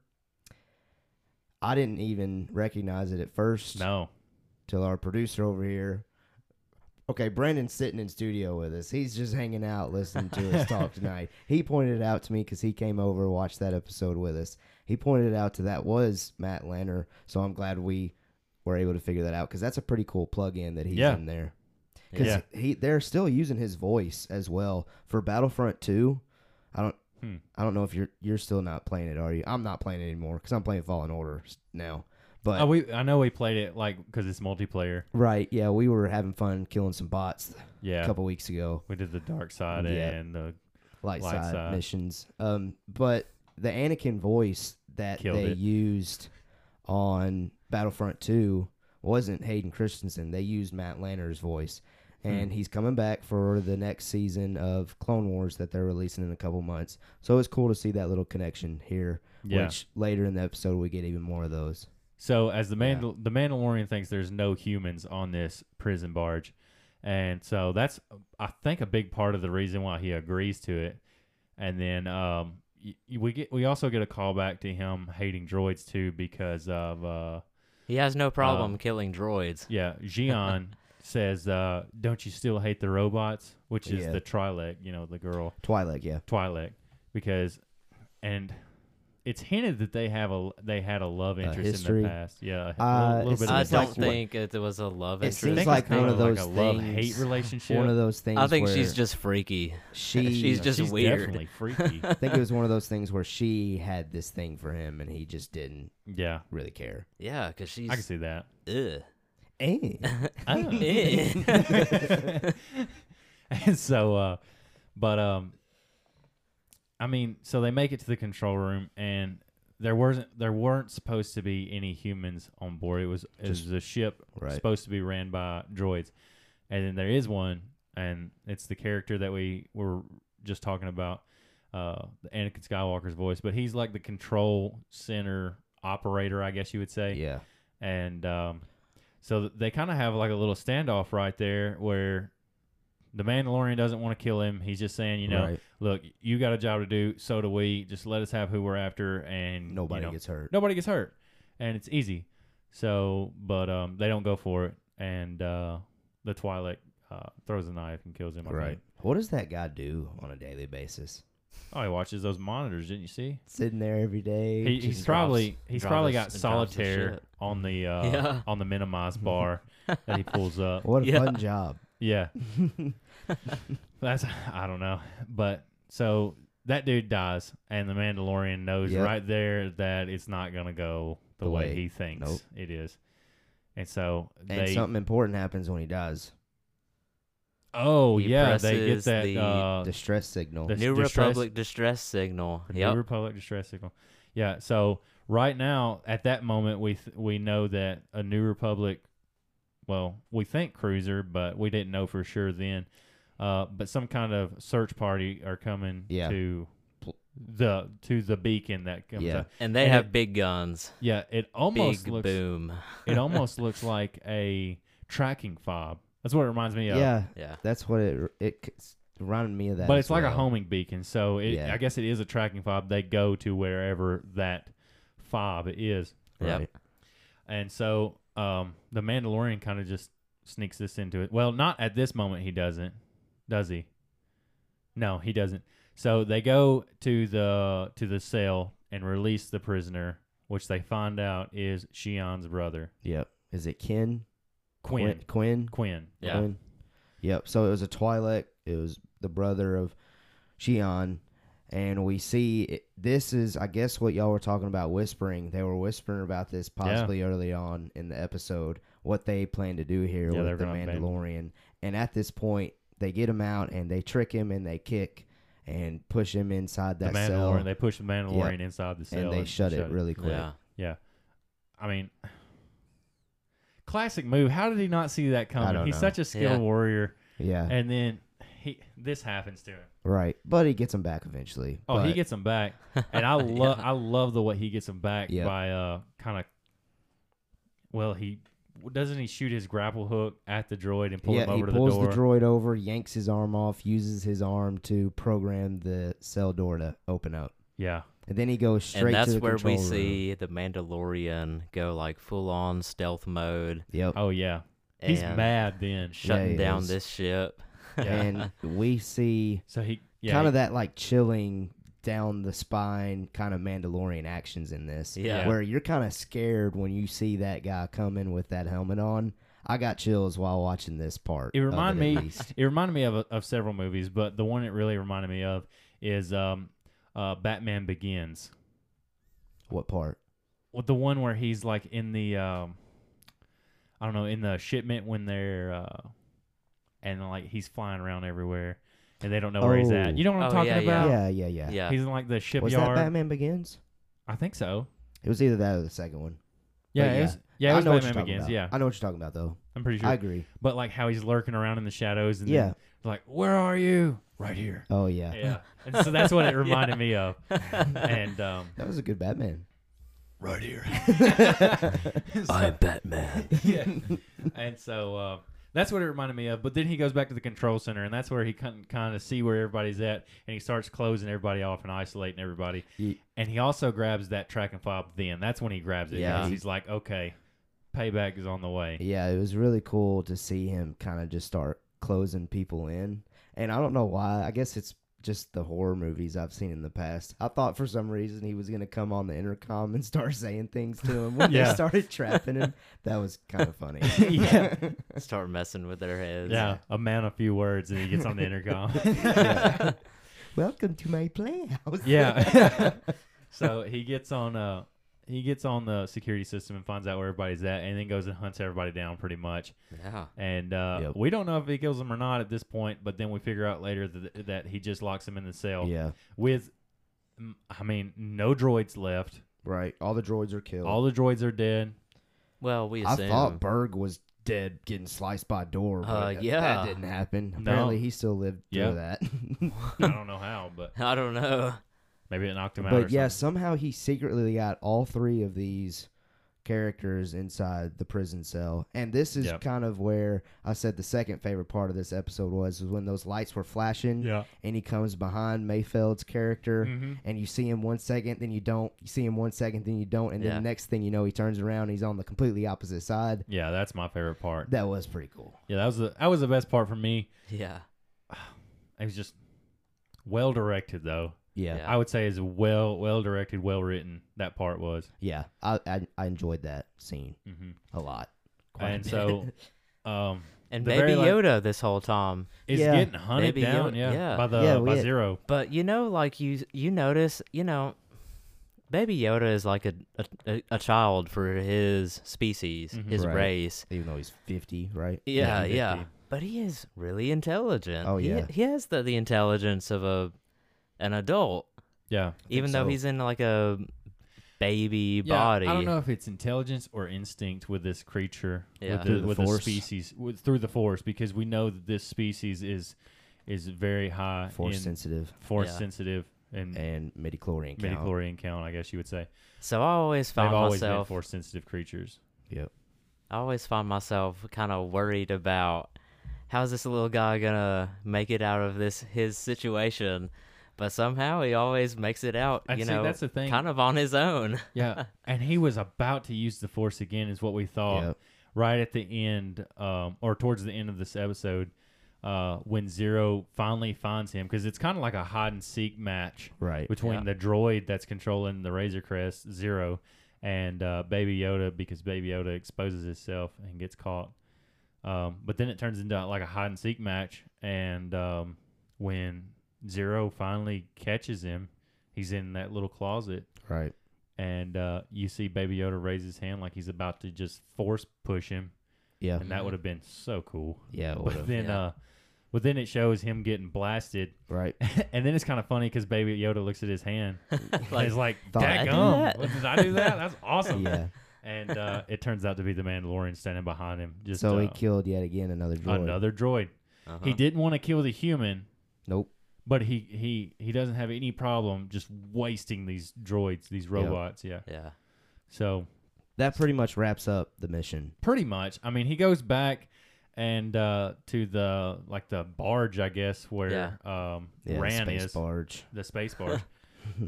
[SPEAKER 1] I didn't even recognize it at first.
[SPEAKER 2] no,
[SPEAKER 1] till our producer over here. Okay, Brandon's sitting in studio with us. He's just hanging out listening to us
[SPEAKER 2] [LAUGHS]
[SPEAKER 1] talk tonight. He pointed it out to me because he came over and watched that episode with us. He pointed it out to that was Matt Lanner, so I'm glad we were able to figure that out because that's a pretty cool plug-in that he's
[SPEAKER 2] Yeah.
[SPEAKER 1] in there. Because
[SPEAKER 2] Yeah.
[SPEAKER 1] he they're still using his voice as well for Battlefront 2. I don't
[SPEAKER 2] Hmm.
[SPEAKER 1] I don't know if you're you're still not playing it, are you? I'm not playing it anymore because I'm playing Fallen Order s- now. But
[SPEAKER 2] oh, we I know we played it like because it's multiplayer.
[SPEAKER 1] Right. Yeah, we were having fun killing some bots
[SPEAKER 2] Yeah,
[SPEAKER 1] a couple weeks ago,
[SPEAKER 2] we did the dark side
[SPEAKER 1] Yeah.
[SPEAKER 2] and the
[SPEAKER 1] light,
[SPEAKER 2] Light
[SPEAKER 1] side,
[SPEAKER 2] side.
[SPEAKER 1] missions. Um, but the Anakin voice that
[SPEAKER 2] Killed
[SPEAKER 1] they
[SPEAKER 2] it.
[SPEAKER 1] used on Battlefront Two wasn't Hayden Christensen. They used Matt Lanner's voice,
[SPEAKER 2] Hmm.
[SPEAKER 1] and he's coming back for the next season of Clone Wars that they're releasing in a couple months. So it's cool to see that little connection here.
[SPEAKER 2] yeah.
[SPEAKER 1] Which later in the episode we get even more of those.
[SPEAKER 2] so as the
[SPEAKER 1] Yeah.
[SPEAKER 2] Mandal- the Mandalorian thinks there's no humans on this prison barge, and so that's I think a big part of the reason why he agrees to it. And then um, y- y- we get we also get a call back to him hating droids too because of uh,
[SPEAKER 3] He has no problem
[SPEAKER 2] Um,
[SPEAKER 3] killing droids.
[SPEAKER 2] Yeah,
[SPEAKER 1] [LAUGHS]
[SPEAKER 2] Gian says, uh, "Don't you still hate the robots?" Which is
[SPEAKER 1] Yeah.
[SPEAKER 2] the Trilek, you know, the girl
[SPEAKER 1] Twilight, yeah.
[SPEAKER 2] Twi'lek, because, and it's hinted that they have a they had a love
[SPEAKER 1] A
[SPEAKER 2] interest in
[SPEAKER 1] history.
[SPEAKER 2] the past. Yeah, a
[SPEAKER 1] Uh,
[SPEAKER 2] little,
[SPEAKER 1] it
[SPEAKER 2] bit
[SPEAKER 3] I
[SPEAKER 1] like
[SPEAKER 2] of a
[SPEAKER 3] don't
[SPEAKER 2] love-
[SPEAKER 1] one-
[SPEAKER 3] think it was a love
[SPEAKER 1] It
[SPEAKER 2] I think
[SPEAKER 1] seems
[SPEAKER 2] it's
[SPEAKER 3] interest.
[SPEAKER 1] like
[SPEAKER 2] kind
[SPEAKER 1] one
[SPEAKER 2] of
[SPEAKER 1] of
[SPEAKER 2] like
[SPEAKER 1] those
[SPEAKER 2] a love hate
[SPEAKER 1] things-
[SPEAKER 2] relationship.
[SPEAKER 1] One of those things.
[SPEAKER 3] I think
[SPEAKER 1] where
[SPEAKER 3] she's just freaky.
[SPEAKER 1] she.
[SPEAKER 3] she's just
[SPEAKER 2] She's
[SPEAKER 3] weird.
[SPEAKER 2] definitely [LAUGHS] freaky.
[SPEAKER 1] I think it was one of those things where she had this thing for him, and he just didn't
[SPEAKER 2] yeah,
[SPEAKER 1] really care.
[SPEAKER 3] Yeah, because she's
[SPEAKER 2] I can see that.
[SPEAKER 3] ugh.
[SPEAKER 1] Eh.
[SPEAKER 2] Oh. [LAUGHS]
[SPEAKER 3] [LAUGHS] Eh.
[SPEAKER 2] and [LAUGHS] so uh but um i mean so they make it to the control room and there wasn't there weren't supposed to be any humans on board it was it
[SPEAKER 1] Just-
[SPEAKER 2] was a ship
[SPEAKER 1] Right.
[SPEAKER 2] supposed to be ran by droids and then there is one and it's the character that we were just talking about uh anakin skywalker's voice but he's like the control center operator i guess you would say
[SPEAKER 1] yeah.
[SPEAKER 2] and um, so th- they kind of have like a little standoff right there where the Mandalorian doesn't want to kill him. He's just saying, you know,
[SPEAKER 1] Right.
[SPEAKER 2] look, you got a job to do, so do we. Just let us have who we're after, and you
[SPEAKER 1] Nobody
[SPEAKER 2] know,
[SPEAKER 1] gets hurt.
[SPEAKER 2] nobody gets hurt, and it's easy. So, but um, they don't go for it, and uh, the Twilight uh, throws a knife and kills him. I think.
[SPEAKER 1] Right. What does that guy do on a daily basis?
[SPEAKER 2] Oh, he watches those monitors, didn't you see?
[SPEAKER 1] Sitting there every day.
[SPEAKER 2] He, he's
[SPEAKER 3] drops-
[SPEAKER 2] probably he's
[SPEAKER 3] drops
[SPEAKER 2] probably
[SPEAKER 3] his-
[SPEAKER 2] got
[SPEAKER 3] drops his
[SPEAKER 2] solitaire
[SPEAKER 3] shit.
[SPEAKER 2] on the uh,
[SPEAKER 3] Yeah.
[SPEAKER 2] on the minimize bar that he
[SPEAKER 1] [LAUGHS]
[SPEAKER 2] pulls up.
[SPEAKER 1] what a
[SPEAKER 3] Yeah.
[SPEAKER 1] fun job.
[SPEAKER 2] Yeah. [LAUGHS] That's I don't know. But so that dude dies and the Mandalorian knows
[SPEAKER 1] Yep.
[SPEAKER 2] right there that it's not gonna go the,
[SPEAKER 1] The
[SPEAKER 2] way,
[SPEAKER 1] way-
[SPEAKER 2] he thinks
[SPEAKER 1] nope.
[SPEAKER 2] it is. And so
[SPEAKER 1] And
[SPEAKER 2] they
[SPEAKER 1] something important happens when he dies.
[SPEAKER 2] Oh
[SPEAKER 3] He
[SPEAKER 2] yeah, they get
[SPEAKER 3] presses
[SPEAKER 2] that
[SPEAKER 3] the-
[SPEAKER 2] uh
[SPEAKER 1] The stress signal.
[SPEAKER 2] the-
[SPEAKER 3] New
[SPEAKER 2] distress-
[SPEAKER 3] Republic distress signal.
[SPEAKER 2] the
[SPEAKER 3] Yep.
[SPEAKER 2] New Republic distress signal. Yeah, so right now at that moment we th- we know that a New Republic well, we think cruiser, but we didn't know for sure then. Uh, but some kind of search party are coming
[SPEAKER 1] Yeah.
[SPEAKER 2] to
[SPEAKER 1] Pl-
[SPEAKER 2] the to the beacon that comes
[SPEAKER 1] Yeah.
[SPEAKER 2] up.
[SPEAKER 3] and they
[SPEAKER 2] and
[SPEAKER 3] have
[SPEAKER 2] it
[SPEAKER 3] big guns.
[SPEAKER 2] Yeah, it almost
[SPEAKER 3] big
[SPEAKER 2] looks
[SPEAKER 3] boom.
[SPEAKER 1] [LAUGHS]
[SPEAKER 2] it almost looks like a tracking fob. That's what it reminds me
[SPEAKER 1] yeah.
[SPEAKER 2] of.
[SPEAKER 3] Yeah.
[SPEAKER 1] That's what it it c- reminded me of that.
[SPEAKER 2] but
[SPEAKER 1] as
[SPEAKER 2] it's like a
[SPEAKER 1] well.
[SPEAKER 2] homing beacon, so it,
[SPEAKER 1] Yeah.
[SPEAKER 2] I guess it is a tracking fob. They go to wherever that fob is,
[SPEAKER 3] Yep.
[SPEAKER 1] Right.
[SPEAKER 2] and so um, the Mandalorian kind of just sneaks this into it. Well, not at this moment he doesn't, does he? No, he doesn't. So they go to the to the cell and release the prisoner, which they find out is Shion's brother,
[SPEAKER 1] Yep. Is it Ken?
[SPEAKER 2] Quinn.
[SPEAKER 1] Quinn.
[SPEAKER 2] Quinn.
[SPEAKER 3] Yeah.
[SPEAKER 1] Quinn. Yep. So it was a Twi'lek. It was the brother of Shion, and we see it, this is, I guess, what y'all were talking about whispering. They were whispering about this possibly early on in the episode. What they plan to do here
[SPEAKER 2] Yeah, they're
[SPEAKER 1] with the
[SPEAKER 2] gonna ban-
[SPEAKER 1] Mandalorian, and at this point, they get him out and they trick him and they kick and push him inside
[SPEAKER 2] The
[SPEAKER 1] that
[SPEAKER 2] Mandalorian.
[SPEAKER 1] cell
[SPEAKER 2] They push the Mandalorian inside the cell
[SPEAKER 1] and they shut, it really quick.
[SPEAKER 3] Yeah.
[SPEAKER 2] Yeah. I mean, classic move. How did he not see that coming?
[SPEAKER 1] don't
[SPEAKER 2] He's
[SPEAKER 1] know.
[SPEAKER 2] such a skilled
[SPEAKER 3] Yeah.
[SPEAKER 2] warrior,
[SPEAKER 1] Yeah,
[SPEAKER 2] and then he this happens to him.
[SPEAKER 1] right. But he gets him back eventually.
[SPEAKER 2] Oh, he
[SPEAKER 1] But-
[SPEAKER 2] gets him
[SPEAKER 1] [LAUGHS]
[SPEAKER 2] back, and I love I love the way he gets him back
[SPEAKER 1] Yeah.
[SPEAKER 2] by uh kind of. Well, he doesn't he shoot his grapple hook at the droid and pull
[SPEAKER 1] yeah,
[SPEAKER 2] him over
[SPEAKER 1] he
[SPEAKER 2] to
[SPEAKER 1] pulls
[SPEAKER 2] the door.
[SPEAKER 1] droid over, yanks his arm off, uses his arm to program the cell door to open up,
[SPEAKER 2] yeah,
[SPEAKER 1] and then he goes straight.
[SPEAKER 3] and that's
[SPEAKER 1] to the
[SPEAKER 3] where we
[SPEAKER 1] control room.
[SPEAKER 3] see the Mandalorian go like full on stealth mode,
[SPEAKER 1] Yep.
[SPEAKER 2] oh yeah, he's
[SPEAKER 3] and
[SPEAKER 2] mad then.
[SPEAKER 3] shutting
[SPEAKER 1] he
[SPEAKER 3] down
[SPEAKER 1] is.
[SPEAKER 3] this ship. [LAUGHS]
[SPEAKER 1] And
[SPEAKER 2] [LAUGHS]
[SPEAKER 1] we see
[SPEAKER 2] So he yeah,
[SPEAKER 1] kind
[SPEAKER 2] he-
[SPEAKER 1] of that like chilling down the spine kind of Mandalorian actions in this.
[SPEAKER 3] Yeah.
[SPEAKER 1] Where you're kind of scared when you see that guy coming with that helmet on. I got chills while watching this part.
[SPEAKER 2] It
[SPEAKER 1] of
[SPEAKER 2] remind
[SPEAKER 1] at
[SPEAKER 2] me-
[SPEAKER 1] least.
[SPEAKER 2] It reminded me of of several movies, but the one it really reminded me of is um, uh, Batman Begins.
[SPEAKER 1] what part?
[SPEAKER 2] Well, the one where he's like in the um, I don't know in the shipment when they're uh, and like he's flying around everywhere and they don't know where he's
[SPEAKER 1] Oh.
[SPEAKER 2] at. You know what I'm
[SPEAKER 3] Oh,
[SPEAKER 2] talking
[SPEAKER 3] yeah,
[SPEAKER 2] about?
[SPEAKER 1] yeah, yeah, yeah.
[SPEAKER 3] Yeah.
[SPEAKER 2] He's in like the shipyard.
[SPEAKER 1] Was that Batman Begins?
[SPEAKER 2] I think so.
[SPEAKER 1] It was either that or the second one.
[SPEAKER 2] Yeah,
[SPEAKER 1] yeah.
[SPEAKER 2] it was, yeah, it
[SPEAKER 1] I
[SPEAKER 2] was
[SPEAKER 1] know what you're
[SPEAKER 2] Batman
[SPEAKER 1] talking
[SPEAKER 2] Begins.
[SPEAKER 1] about.
[SPEAKER 2] Yeah,
[SPEAKER 1] I know what you're talking about though.
[SPEAKER 2] I'm pretty sure.
[SPEAKER 1] I agree.
[SPEAKER 2] but like how he's lurking around in the shadows and
[SPEAKER 1] Yeah.
[SPEAKER 2] then, like where are you? Right here.
[SPEAKER 1] Oh yeah.
[SPEAKER 2] Yeah, and so that's what
[SPEAKER 3] [LAUGHS]
[SPEAKER 2] it reminded me of. And um,
[SPEAKER 1] That was a good Batman.
[SPEAKER 2] right here.
[SPEAKER 3] I'm Batman.
[SPEAKER 2] [LAUGHS] yeah. And so uh, that's what it reminded me of. But then he goes back to the control center, and that's where he can kind of see where everybody's at, and he starts closing everybody off and isolating everybody.
[SPEAKER 1] Ye-
[SPEAKER 2] And he also grabs that tracking fob. Then that's when he grabs it.
[SPEAKER 3] Yeah.
[SPEAKER 2] 'cause he's like, okay, payback is on the way.
[SPEAKER 1] Yeah, it was really cool to see him kind of just start closing people in. And I don't know why. I guess it's just the horror movies I've seen in the past. I thought for some reason he was going to come on the intercom and start saying things to him
[SPEAKER 2] [LAUGHS]
[SPEAKER 1] when
[SPEAKER 2] Yeah.
[SPEAKER 1] they started trapping him. That was kind of funny.
[SPEAKER 2] [LAUGHS] yeah.
[SPEAKER 3] Start messing with their heads.
[SPEAKER 2] Yeah. A man, a few words, and he gets on the intercom.
[SPEAKER 1] [LAUGHS] Welcome to my playhouse.
[SPEAKER 2] [LAUGHS] yeah. [LAUGHS] so he gets on uh he gets on the security system and finds out where everybody's at, and then goes and hunts everybody down pretty much.
[SPEAKER 3] Yeah.
[SPEAKER 2] And uh,
[SPEAKER 1] Yep.
[SPEAKER 2] we don't know if he kills them or not at this point, but then we figure out later that, that he just locks him in the cell
[SPEAKER 1] [LAUGHS] Yeah.
[SPEAKER 2] with, mm, I mean, no droids left.
[SPEAKER 1] Right. All the droids are killed.
[SPEAKER 2] All the droids are dead. [LAUGHS]
[SPEAKER 3] Well, we
[SPEAKER 1] I
[SPEAKER 3] assume.
[SPEAKER 1] thought Berg was dead getting sliced by a door. but
[SPEAKER 3] Uh,
[SPEAKER 1] that-
[SPEAKER 3] yeah.
[SPEAKER 1] That didn't happen.
[SPEAKER 2] No.
[SPEAKER 1] Apparently he still lived
[SPEAKER 2] Yeah.
[SPEAKER 1] through that. [LAUGHS]
[SPEAKER 2] I don't know how, but
[SPEAKER 3] [LAUGHS] I don't know.
[SPEAKER 2] maybe it knocked him out.
[SPEAKER 1] but
[SPEAKER 2] or
[SPEAKER 1] yeah,
[SPEAKER 2] something.
[SPEAKER 1] somehow he secretly got all three of these characters inside the prison cell. And this is
[SPEAKER 2] Yep.
[SPEAKER 1] kind of where I said the second favorite part of this episode was, was when those lights were flashing
[SPEAKER 2] yeah,
[SPEAKER 1] and he comes behind Mayfeld's character.
[SPEAKER 2] Mhm.
[SPEAKER 1] and you see him one second, then you don't. You see him one second, then you don't, and then
[SPEAKER 3] Yeah.
[SPEAKER 1] the next thing you know, he turns around. He's on the completely opposite side.
[SPEAKER 2] yeah. That's my favorite part.
[SPEAKER 1] That was pretty cool.
[SPEAKER 2] yeah, that was the that was the best part for me.
[SPEAKER 3] Yeah.
[SPEAKER 2] It was just well directed though.
[SPEAKER 1] Yeah, yeah.
[SPEAKER 3] Yeah.
[SPEAKER 2] I would say is well well directed, well written. That part was.
[SPEAKER 1] I, I I enjoyed that scene
[SPEAKER 2] hmm
[SPEAKER 1] a lot. Mm-hmm. Quite a
[SPEAKER 2] And
[SPEAKER 1] bit.
[SPEAKER 2] so, um,
[SPEAKER 3] And
[SPEAKER 2] The
[SPEAKER 3] Baby
[SPEAKER 2] very, like-
[SPEAKER 3] Yoda this whole time.
[SPEAKER 2] is
[SPEAKER 1] Yeah.
[SPEAKER 2] getting hunted
[SPEAKER 3] Baby
[SPEAKER 2] down,
[SPEAKER 3] Yoda-
[SPEAKER 2] yeah,
[SPEAKER 3] yeah.
[SPEAKER 2] by the
[SPEAKER 1] Yeah,
[SPEAKER 2] by
[SPEAKER 1] we-
[SPEAKER 2] zero.
[SPEAKER 3] But you know, like you you notice, you know, Baby Yoda is like a a- a, a child for his species,
[SPEAKER 2] Mhm.
[SPEAKER 3] his
[SPEAKER 1] Right.
[SPEAKER 3] race.
[SPEAKER 1] [LAUGHS] even though he's fifty, right?
[SPEAKER 3] Yeah,
[SPEAKER 2] Yeah,
[SPEAKER 3] yeah.
[SPEAKER 2] 50.
[SPEAKER 3] But he is really intelligent.
[SPEAKER 1] Oh,
[SPEAKER 3] He-
[SPEAKER 1] yeah.
[SPEAKER 3] He, has the, the intelligence of a an adult,
[SPEAKER 2] Yeah,
[SPEAKER 3] even though
[SPEAKER 1] so.
[SPEAKER 3] he's in like a baby
[SPEAKER 2] yeah.
[SPEAKER 3] body.
[SPEAKER 2] I don't know if it's intelligence or instinct with this creature,
[SPEAKER 3] Yeah.
[SPEAKER 2] with,
[SPEAKER 1] Through
[SPEAKER 2] the,
[SPEAKER 1] the
[SPEAKER 2] with the
[SPEAKER 1] Force.
[SPEAKER 2] species, with, through the force, because we know that this species is is very high
[SPEAKER 1] Force
[SPEAKER 2] in
[SPEAKER 1] sensitive
[SPEAKER 2] force
[SPEAKER 3] Yeah.
[SPEAKER 2] sensitive and,
[SPEAKER 1] and midi chlorian
[SPEAKER 2] midi chlorian count. I guess you would say
[SPEAKER 3] So I always
[SPEAKER 2] they've
[SPEAKER 3] find
[SPEAKER 2] always been
[SPEAKER 3] myself
[SPEAKER 2] force sensitive
[SPEAKER 3] [LAUGHS]
[SPEAKER 2] creatures.
[SPEAKER 1] Yep.
[SPEAKER 3] I always find myself kind of worried about how's this little guy gonna make it out of this his situation, but somehow he always makes it out.
[SPEAKER 2] And
[SPEAKER 3] you
[SPEAKER 2] see,
[SPEAKER 3] know,
[SPEAKER 2] that's the thing.
[SPEAKER 3] kind of on his own.
[SPEAKER 2] Yeah, and he was about to use the force again, is what we thought.
[SPEAKER 1] Yep.
[SPEAKER 2] Right at the end, um, or towards the end of this episode, uh, when Zero finally finds him, because it's kind of like a hide and seek match
[SPEAKER 1] Right.
[SPEAKER 2] between
[SPEAKER 3] Yeah.
[SPEAKER 2] the droid that's controlling the Razor Crest Zero and uh, Baby Yoda, because Baby Yoda exposes himself and gets caught. Um, but then it turns into like a hide and seek match, and um, when Zero finally catches him, he's in that little closet
[SPEAKER 1] Right.
[SPEAKER 2] and uh, you see Baby Yoda raise his hand like he's about to just force push him,
[SPEAKER 1] Yeah.
[SPEAKER 2] and that would have been so cool.
[SPEAKER 1] Mm-hmm.
[SPEAKER 2] [LAUGHS]
[SPEAKER 1] Yeah. it
[SPEAKER 2] But
[SPEAKER 1] would've.
[SPEAKER 2] then,
[SPEAKER 3] yeah.
[SPEAKER 2] uh, but then it shows him getting blasted, [LAUGHS]
[SPEAKER 1] right.
[SPEAKER 2] and then it's kind of funny because Baby Yoda looks at
[SPEAKER 1] [LAUGHS]
[SPEAKER 2] his hand, and he's like,
[SPEAKER 1] Thought I
[SPEAKER 3] did
[SPEAKER 2] "Daggum,
[SPEAKER 3] that."
[SPEAKER 2] what, did I do that? That's awesome!"
[SPEAKER 1] Yeah.
[SPEAKER 2] And uh, it turns out to be the Mandalorian standing behind him, just
[SPEAKER 1] so he
[SPEAKER 2] uh,
[SPEAKER 1] killed yet again another droid.
[SPEAKER 2] another droid. He
[SPEAKER 3] Uh-huh.
[SPEAKER 2] didn't want to kill the human,
[SPEAKER 1] Nope.
[SPEAKER 2] but he he he doesn't have any problem just wasting these droids, these robots. Yeah.
[SPEAKER 3] Yeah.
[SPEAKER 2] So
[SPEAKER 1] That pretty much wraps up the mission.
[SPEAKER 2] pretty much i mean he goes back and uh to the like the barge i guess where um
[SPEAKER 1] Yeah.
[SPEAKER 2] ran
[SPEAKER 1] space
[SPEAKER 2] is
[SPEAKER 1] barge [LAUGHS]
[SPEAKER 2] the space barge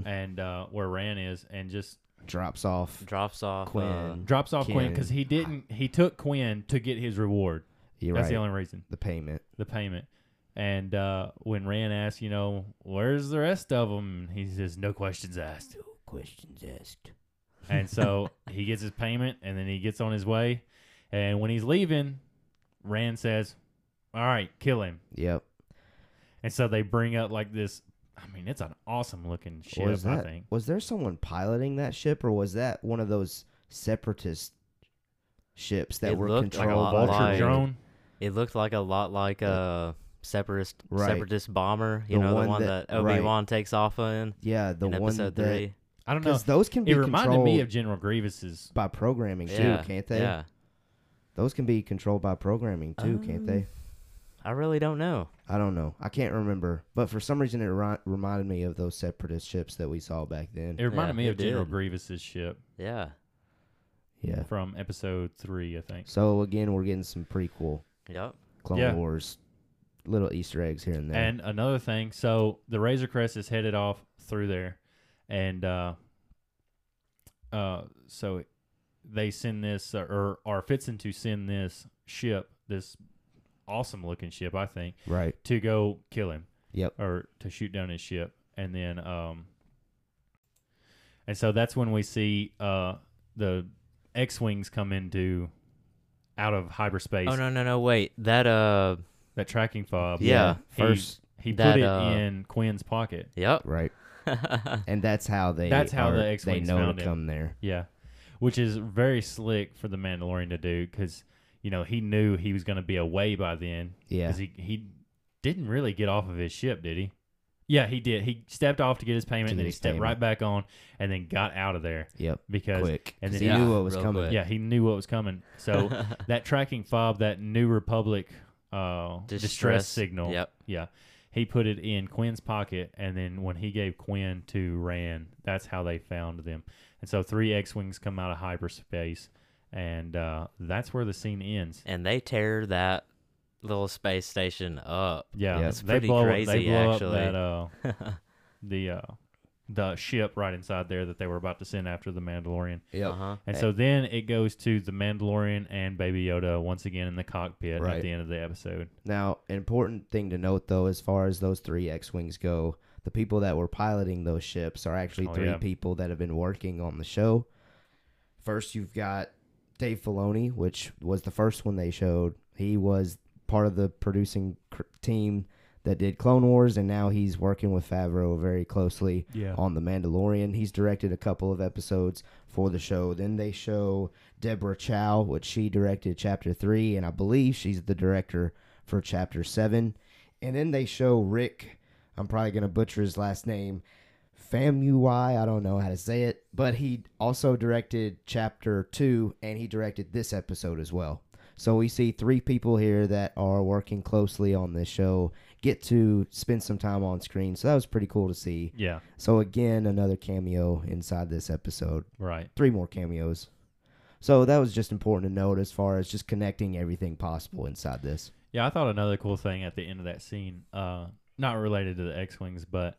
[SPEAKER 2] and uh where ran is and just
[SPEAKER 1] drops off.
[SPEAKER 3] Drops off. uh,
[SPEAKER 1] Quinn.
[SPEAKER 2] drops off quinn
[SPEAKER 1] Ken.
[SPEAKER 2] because he didn't he took quinn to get his reward
[SPEAKER 1] You're
[SPEAKER 2] that's
[SPEAKER 1] right.
[SPEAKER 2] the only reason
[SPEAKER 1] the payment.
[SPEAKER 2] the payment and uh when Rand asks you know where's the rest of them he says no questions asked
[SPEAKER 1] Questions asked.
[SPEAKER 2] and
[SPEAKER 3] [LAUGHS]
[SPEAKER 2] so he gets his payment and then he gets on his way and when he's leaving Rand says all right kill him
[SPEAKER 1] Yep.
[SPEAKER 2] And so they bring up like this. I mean, it's an awesome looking ship.
[SPEAKER 1] was that
[SPEAKER 2] I think.
[SPEAKER 1] was there someone piloting that ship, or was that one of those separatist ships that
[SPEAKER 3] It
[SPEAKER 1] were
[SPEAKER 3] looked like a
[SPEAKER 1] controlled
[SPEAKER 3] lot
[SPEAKER 1] by
[SPEAKER 2] Vulture
[SPEAKER 3] like-
[SPEAKER 2] drone.
[SPEAKER 3] It looked like a lot like a separatist
[SPEAKER 1] Right.
[SPEAKER 3] separatist bomber. You
[SPEAKER 1] The
[SPEAKER 3] know
[SPEAKER 1] one
[SPEAKER 3] the one that,
[SPEAKER 1] that-
[SPEAKER 3] Obi
[SPEAKER 1] right.
[SPEAKER 3] Wan takes off in
[SPEAKER 1] Yeah, the
[SPEAKER 3] in
[SPEAKER 1] one
[SPEAKER 3] episode
[SPEAKER 1] that
[SPEAKER 3] three.
[SPEAKER 2] I don't know.
[SPEAKER 1] because those can be
[SPEAKER 2] It reminded
[SPEAKER 1] controlled
[SPEAKER 2] me of General Grievous's.
[SPEAKER 1] by programming
[SPEAKER 3] yeah.
[SPEAKER 1] too, can't they?
[SPEAKER 3] Yeah.
[SPEAKER 1] Those can be controlled by programming too, can't
[SPEAKER 3] Um.
[SPEAKER 1] they?
[SPEAKER 3] I really don't know.
[SPEAKER 1] I don't know. I can't remember, but for some reason it ri- reminded me of those separatist ships that we saw back then.
[SPEAKER 2] It reminded me
[SPEAKER 3] it
[SPEAKER 2] of General
[SPEAKER 3] did.
[SPEAKER 2] Grievous's ship
[SPEAKER 3] Yeah.
[SPEAKER 1] yeah.
[SPEAKER 2] from Episode Three, I think.
[SPEAKER 1] So again, we're getting some prequel
[SPEAKER 3] Yep.
[SPEAKER 1] Clone
[SPEAKER 2] Yeah.
[SPEAKER 1] Wars little Easter eggs here and there.
[SPEAKER 2] And another thing, so the Razor Crest is headed off through there, and uh, uh, so they send this, uh, or are Fitzen to send this ship, this awesome looking ship, I think,
[SPEAKER 1] right.
[SPEAKER 2] to go kill him.
[SPEAKER 1] Yep.
[SPEAKER 2] or to shoot down his ship, and then um, and so that's when we see uh the X wings come into out of hyperspace.
[SPEAKER 3] Oh no no no wait that uh
[SPEAKER 2] That tracking fob.
[SPEAKER 3] Yeah.
[SPEAKER 2] he-
[SPEAKER 1] First,
[SPEAKER 2] he,
[SPEAKER 3] That,
[SPEAKER 2] put it
[SPEAKER 3] uh,
[SPEAKER 2] in Quinn's pocket.
[SPEAKER 3] yep
[SPEAKER 1] right,
[SPEAKER 3] [LAUGHS]
[SPEAKER 1] and that's how they.
[SPEAKER 2] That's how
[SPEAKER 1] are-
[SPEAKER 2] the
[SPEAKER 1] they
[SPEAKER 2] X-Wings
[SPEAKER 1] know
[SPEAKER 2] found
[SPEAKER 1] to
[SPEAKER 2] him.
[SPEAKER 1] come there.
[SPEAKER 2] Yeah, which is very slick for the Mandalorian to do because you know he knew he was going to be away by then.
[SPEAKER 1] Yeah.
[SPEAKER 2] because he he didn't really get off of his ship, did he? Yeah, he did. He stepped off to get his payment,
[SPEAKER 1] To
[SPEAKER 2] and then
[SPEAKER 1] get
[SPEAKER 2] he
[SPEAKER 1] his
[SPEAKER 2] stepped
[SPEAKER 1] payment.
[SPEAKER 2] right back on, and then got out of there
[SPEAKER 1] Yep.
[SPEAKER 2] because
[SPEAKER 1] Quick,
[SPEAKER 2] and
[SPEAKER 1] 'cause
[SPEAKER 2] then
[SPEAKER 1] he
[SPEAKER 2] yeah,
[SPEAKER 1] knew what was
[SPEAKER 3] real
[SPEAKER 1] coming.
[SPEAKER 3] quick.
[SPEAKER 2] yeah he knew what was coming. So
[SPEAKER 3] [LAUGHS]
[SPEAKER 2] that tracking fob, that New Republic uh, distress, signal,
[SPEAKER 3] Yep.
[SPEAKER 2] yeah, he put it in Quinn's pocket, and then when he gave Quinn to Rand, that's how they found them. And so three X wings come out of hyperspace, and uh, that's where the scene ends.
[SPEAKER 3] And they tear that little space station up.
[SPEAKER 2] Yeah,
[SPEAKER 1] Yeah. It's
[SPEAKER 2] they
[SPEAKER 3] pretty
[SPEAKER 2] blow up-
[SPEAKER 3] crazy,
[SPEAKER 2] they blow
[SPEAKER 3] actually.
[SPEAKER 2] up that uh, the uh, the ship right inside there that they were about to send after the Mandalorian.
[SPEAKER 1] Yep.
[SPEAKER 3] Uh-huh.
[SPEAKER 2] And so then it goes to the Mandalorian and Baby Yoda once again in the cockpit
[SPEAKER 1] Right.
[SPEAKER 2] at the end of the episode.
[SPEAKER 1] Now, important thing to note though, as far as those three X Wings go, the people that were piloting those ships are actually
[SPEAKER 2] Oh,
[SPEAKER 1] three
[SPEAKER 2] yeah.
[SPEAKER 1] people that have been working on the show. First, you've got Dave Filoni, which was the first one they showed. He was part of the producing cr- team that did Clone Wars, and now he's working with Favreau very closely
[SPEAKER 2] Yeah.
[SPEAKER 1] on The Mandalorian. He's directed a couple of episodes for the show. Then they show Deborah Chow, which she directed Chapter 3, and I believe she's the director for Chapter 7. And then they show Rick, I'm probably going to butcher his last name, Famuyi, I don't know how to say it, but he also directed Chapter 2, and he directed this episode as well. So we see three people here that are working closely on this show get to spend some time on screen. So that was pretty cool to see.
[SPEAKER 2] Yeah,
[SPEAKER 1] So again, another cameo inside this episode.
[SPEAKER 2] right.
[SPEAKER 1] Three more cameos. So that was just important to note as far as just connecting everything possible inside this.
[SPEAKER 2] Yeah, I thought another cool thing at the end of that scene, uh, not related to the X Wings, but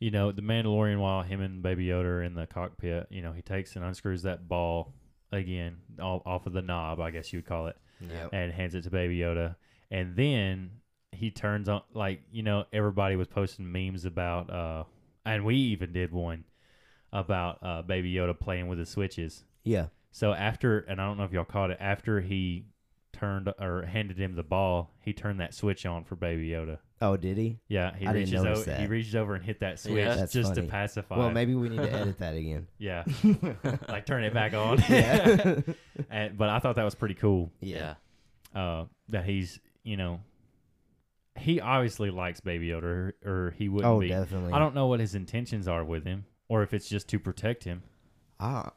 [SPEAKER 2] you know, the Mandalorian while him and Baby Yoda are in the cockpit, you know, he takes and unscrews that ball again off off of the knob, I guess you would call it.
[SPEAKER 1] Yep.
[SPEAKER 2] and hands it to Baby Yoda. And then he turns on, like, you know, everybody was posting memes about, uh, and we even did one about uh, Baby Yoda playing with the switches.
[SPEAKER 1] Yeah.
[SPEAKER 2] So after, and I don't know if y'all caught it, after he turned or handed him the ball, he turned that switch on for Baby Yoda.
[SPEAKER 1] Oh, did he?
[SPEAKER 2] Yeah, he
[SPEAKER 1] I didn't
[SPEAKER 2] reaches
[SPEAKER 1] notice
[SPEAKER 2] over. He
[SPEAKER 1] that.
[SPEAKER 2] reaches over and hit that switch
[SPEAKER 3] Yeah.
[SPEAKER 1] That's
[SPEAKER 2] just
[SPEAKER 1] funny.
[SPEAKER 2] to pacify.
[SPEAKER 1] Well,
[SPEAKER 2] him.
[SPEAKER 1] maybe we need to edit that again.
[SPEAKER 2] Yeah,
[SPEAKER 1] [LAUGHS]
[SPEAKER 2] like turn it back on.
[SPEAKER 1] Yeah.
[SPEAKER 2] [LAUGHS] and, but I thought that was pretty cool.
[SPEAKER 1] yeah.
[SPEAKER 2] uh, that he's you know he obviously likes Baby Yoda or, or he wouldn't
[SPEAKER 1] Oh,
[SPEAKER 2] be.
[SPEAKER 1] definitely.
[SPEAKER 2] I don't know what his intentions are with him or if it's just to protect him.
[SPEAKER 1] Ah,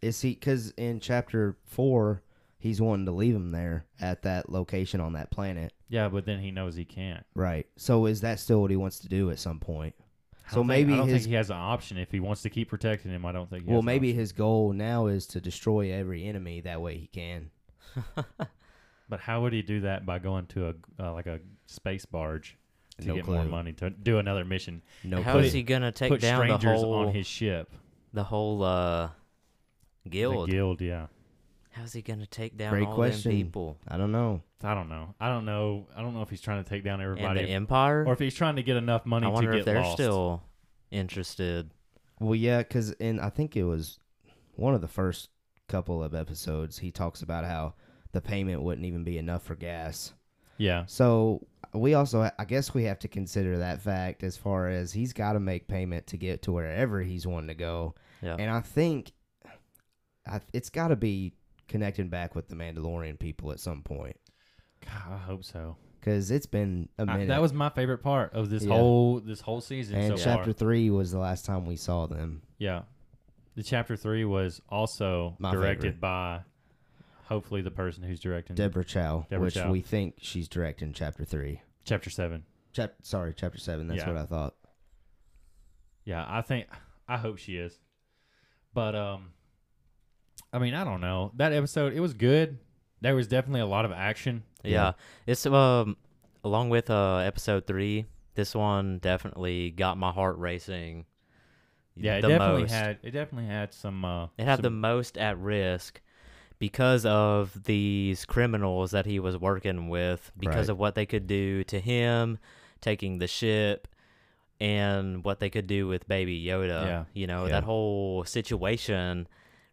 [SPEAKER 1] is he? Because in chapter four, he's wanting to leave him there at that location on that planet.
[SPEAKER 2] Yeah, but then he knows he can't.
[SPEAKER 1] Right. So is that still what he wants to do at some point?
[SPEAKER 2] I
[SPEAKER 1] So
[SPEAKER 2] don't think-
[SPEAKER 1] maybe
[SPEAKER 2] I don't
[SPEAKER 1] his
[SPEAKER 2] think he has an option if he wants to keep protecting him. I don't think. He
[SPEAKER 1] well,
[SPEAKER 2] has an
[SPEAKER 1] maybe
[SPEAKER 2] option.
[SPEAKER 1] his goal now is to destroy every enemy. That way, he can.
[SPEAKER 2] But how would he do that by going to a uh, like a space barge to
[SPEAKER 1] No
[SPEAKER 2] get
[SPEAKER 1] clue.
[SPEAKER 2] more money to do another mission?
[SPEAKER 1] No,
[SPEAKER 3] How
[SPEAKER 2] put
[SPEAKER 3] is
[SPEAKER 2] it-
[SPEAKER 3] he gonna take
[SPEAKER 2] Put
[SPEAKER 3] down the
[SPEAKER 2] strangers
[SPEAKER 3] whole
[SPEAKER 2] on his ship.
[SPEAKER 3] the whole uh guild?
[SPEAKER 2] The guild, yeah.
[SPEAKER 3] How's he gonna take down
[SPEAKER 1] Great
[SPEAKER 3] all
[SPEAKER 1] question.
[SPEAKER 3] them people
[SPEAKER 1] I don't know.
[SPEAKER 2] I don't know. I don't know. I don't know if he's trying to take down everybody,
[SPEAKER 3] and the empire?
[SPEAKER 2] or if he's trying to get enough money
[SPEAKER 3] I wonder
[SPEAKER 2] to get
[SPEAKER 3] if they're
[SPEAKER 2] lost.
[SPEAKER 3] still interested.
[SPEAKER 1] Well, yeah, because in I think it was one of the first couple of episodes, he talks about how the payment wouldn't even be enough for gas.
[SPEAKER 2] Yeah,
[SPEAKER 1] So we also, I guess, we have to consider that fact as far as he's got to make payment to get to wherever he's wanting to go.
[SPEAKER 3] Yeah.
[SPEAKER 1] And I think I, it's got to be connecting back with the Mandalorian people at some point
[SPEAKER 2] God, I hope so.
[SPEAKER 1] because it's been a
[SPEAKER 2] I-
[SPEAKER 1] minute.
[SPEAKER 2] that was my favorite part of this
[SPEAKER 1] Yeah.
[SPEAKER 2] whole this whole season
[SPEAKER 1] and
[SPEAKER 2] so
[SPEAKER 1] chapter
[SPEAKER 2] far.
[SPEAKER 1] three was the last time we saw them.
[SPEAKER 2] Yeah, the chapter three was also
[SPEAKER 1] My
[SPEAKER 2] directed
[SPEAKER 1] favorite.
[SPEAKER 2] by, hopefully, the person who's directing
[SPEAKER 1] Mm-hmm. Deborah Chow,
[SPEAKER 2] Deborah
[SPEAKER 1] which
[SPEAKER 2] Chow.
[SPEAKER 1] we think she's directing chapter three.
[SPEAKER 2] chapter seven.
[SPEAKER 1] Chap- sorry, chapter seven. That's
[SPEAKER 2] Yeah.
[SPEAKER 1] what I thought.
[SPEAKER 2] Yeah, I think I hope she is, but um, I mean, I don't know that episode. It was good. There was definitely a lot of action.
[SPEAKER 3] Yeah. It's um along with uh episode three, this one definitely got my heart racing.
[SPEAKER 2] Yeah, it
[SPEAKER 3] the
[SPEAKER 2] definitely
[SPEAKER 3] most.
[SPEAKER 2] had it definitely had some. Uh,
[SPEAKER 3] It had the
[SPEAKER 2] some-
[SPEAKER 3] most at risk because of these criminals that he was working with, because
[SPEAKER 1] Right.
[SPEAKER 3] of what they could do to him, taking the ship and what they could do with baby Yoda.
[SPEAKER 2] Yeah.
[SPEAKER 3] You know,
[SPEAKER 1] Yeah.
[SPEAKER 3] that whole situation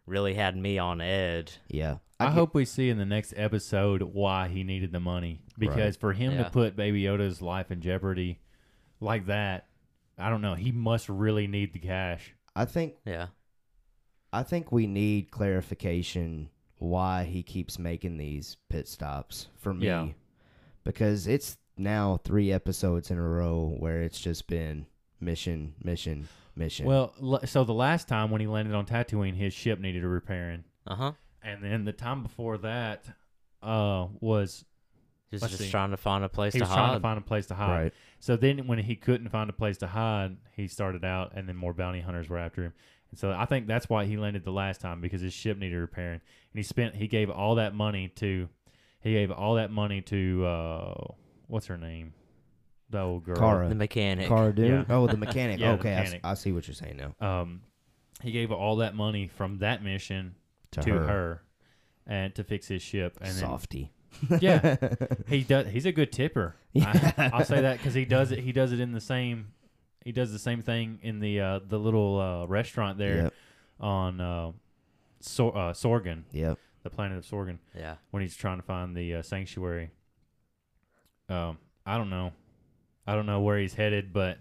[SPEAKER 3] really had me on edge.
[SPEAKER 1] Yeah.
[SPEAKER 2] I,
[SPEAKER 1] get-
[SPEAKER 2] hope we see in the next episode why he needed the money because for him
[SPEAKER 3] Yeah.
[SPEAKER 2] to put Baby Yoda's life in jeopardy like that, I don't know. He must really need the cash.
[SPEAKER 1] I think
[SPEAKER 3] Yeah.
[SPEAKER 1] I think we need clarification why he keeps making these pit stops for me.
[SPEAKER 2] Yeah.
[SPEAKER 1] Because it's now three episodes in a row where it's just been mission, mission, mission.
[SPEAKER 2] Well, l- so the last time when he landed on Tatooine, his ship needed a repairing,
[SPEAKER 3] Uh huh.
[SPEAKER 2] and then the time before that uh, was
[SPEAKER 3] Just,
[SPEAKER 2] Let's
[SPEAKER 3] just
[SPEAKER 2] see.
[SPEAKER 3] trying to find a place
[SPEAKER 2] he
[SPEAKER 3] to
[SPEAKER 2] was trying to
[SPEAKER 3] hide.
[SPEAKER 2] find a place to hide.
[SPEAKER 1] right.
[SPEAKER 2] So then, when he couldn't find a place to hide, he started out, and then more bounty hunters were after him. And so I think that's why he landed the last time because his ship needed repairing, and he spent he gave all that money to he gave all that money to uh, what's her name, the old girl.
[SPEAKER 1] Kara.
[SPEAKER 3] the mechanic.
[SPEAKER 1] Cara Dune?
[SPEAKER 2] Yeah.
[SPEAKER 1] Oh, the mechanic.
[SPEAKER 2] [LAUGHS] Yeah, the
[SPEAKER 1] okay, I s-
[SPEAKER 2] mechanic.
[SPEAKER 1] I, see what you're saying now.
[SPEAKER 2] Um, he gave all that money from that mission to, her. and to fix his ship. And
[SPEAKER 1] Softy.
[SPEAKER 2] Then,
[SPEAKER 1] [LAUGHS]
[SPEAKER 2] yeah, he does. He's a good tipper. I, I'll say that because he does it. He does it in the same. He does the same thing in the uh, the little uh, restaurant there
[SPEAKER 1] Yep.
[SPEAKER 2] on uh, Sor- uh, Sorgan,
[SPEAKER 1] Yep.
[SPEAKER 2] the planet of Sorgan,
[SPEAKER 3] Yeah.
[SPEAKER 2] when he's trying to find the uh, sanctuary. Um, I don't know, I don't know where he's headed, but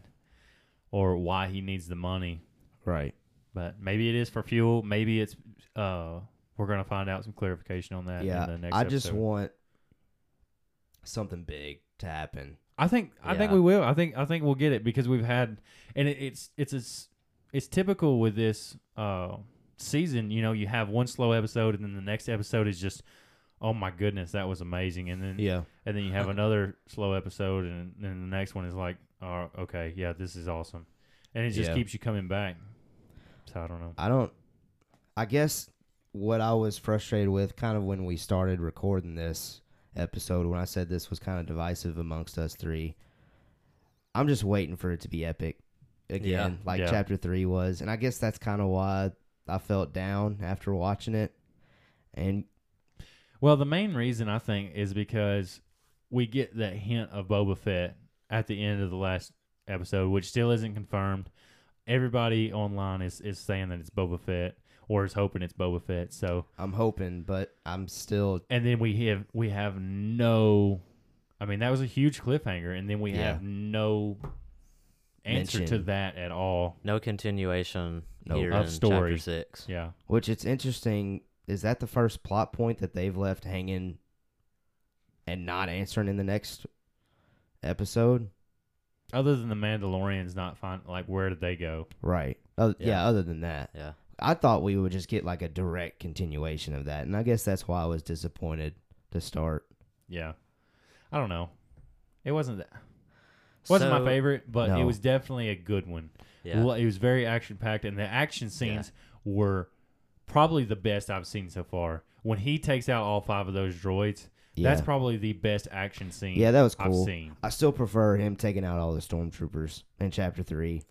[SPEAKER 2] or why he needs the money,
[SPEAKER 1] Right.
[SPEAKER 2] but maybe it is for fuel. Maybe it's uh, we're gonna find out some clarification on that. in the next
[SPEAKER 1] I just
[SPEAKER 2] episode.
[SPEAKER 1] want something big to happen.
[SPEAKER 2] I think I think
[SPEAKER 3] Yeah.
[SPEAKER 2] we will. I think I think we'll get it because we've had, and it, it's it's it's it's typical with this uh, season. You know, you have one slow episode, and then the next episode is just, oh my goodness, that was amazing, and then
[SPEAKER 1] Yeah.
[SPEAKER 2] and then
[SPEAKER 1] [LAUGHS]
[SPEAKER 2] you have another slow episode, and then the next one is like, oh okay, yeah, this is awesome, and it just
[SPEAKER 1] Yeah.
[SPEAKER 2] keeps you coming back. So I don't know.
[SPEAKER 1] I don't. I guess what I was frustrated with, kind of when we started recording this episode, when I said this was kind of divisive amongst us three, I'm just waiting for it to be epic again,
[SPEAKER 3] Yeah.
[SPEAKER 1] like
[SPEAKER 2] Yeah.
[SPEAKER 1] chapter three was. And I guess that's kind of why I felt down after watching it. And
[SPEAKER 2] Well, the main reason I think is because we get that hint of Boba Fett at the end of the last episode, which still isn't confirmed. Everybody online is, is saying that it's Boba Fett or is hoping it's Boba Fett. So,
[SPEAKER 1] I'm hoping, but I'm still.
[SPEAKER 2] and then we have we have no I mean, that was a huge cliffhanger and then we
[SPEAKER 1] Yeah.
[SPEAKER 2] have no answer to
[SPEAKER 1] Mention.
[SPEAKER 2] that at all.
[SPEAKER 3] No continuation
[SPEAKER 1] No.
[SPEAKER 3] here
[SPEAKER 2] Of
[SPEAKER 3] in
[SPEAKER 2] story.
[SPEAKER 3] chapter six.
[SPEAKER 2] Yeah.
[SPEAKER 1] Which it's interesting. Is that the first plot point that they've left hanging and not answering in the next episode?
[SPEAKER 2] Other than the Mandalorians not find like where did they go?
[SPEAKER 1] Right. Oth- yeah.
[SPEAKER 3] Yeah.
[SPEAKER 1] Other than that,
[SPEAKER 3] Yeah.
[SPEAKER 1] I thought we would just get like a direct continuation of that, and I guess that's why I was disappointed to start.
[SPEAKER 2] Yeah. I don't know. It wasn't that wasn't
[SPEAKER 3] So-
[SPEAKER 2] my favorite, but it
[SPEAKER 1] No.
[SPEAKER 2] was definitely a good one.
[SPEAKER 3] Yeah.
[SPEAKER 2] Well, it was very action packed, and the action scenes were probably the best I've seen so far. When he takes out all five of those droids,
[SPEAKER 1] Yeah.
[SPEAKER 2] that's probably the best action scene.
[SPEAKER 1] yeah, that was
[SPEAKER 2] I've
[SPEAKER 1] cool.
[SPEAKER 2] seen.
[SPEAKER 1] I still prefer him taking out all the stormtroopers in chapter three,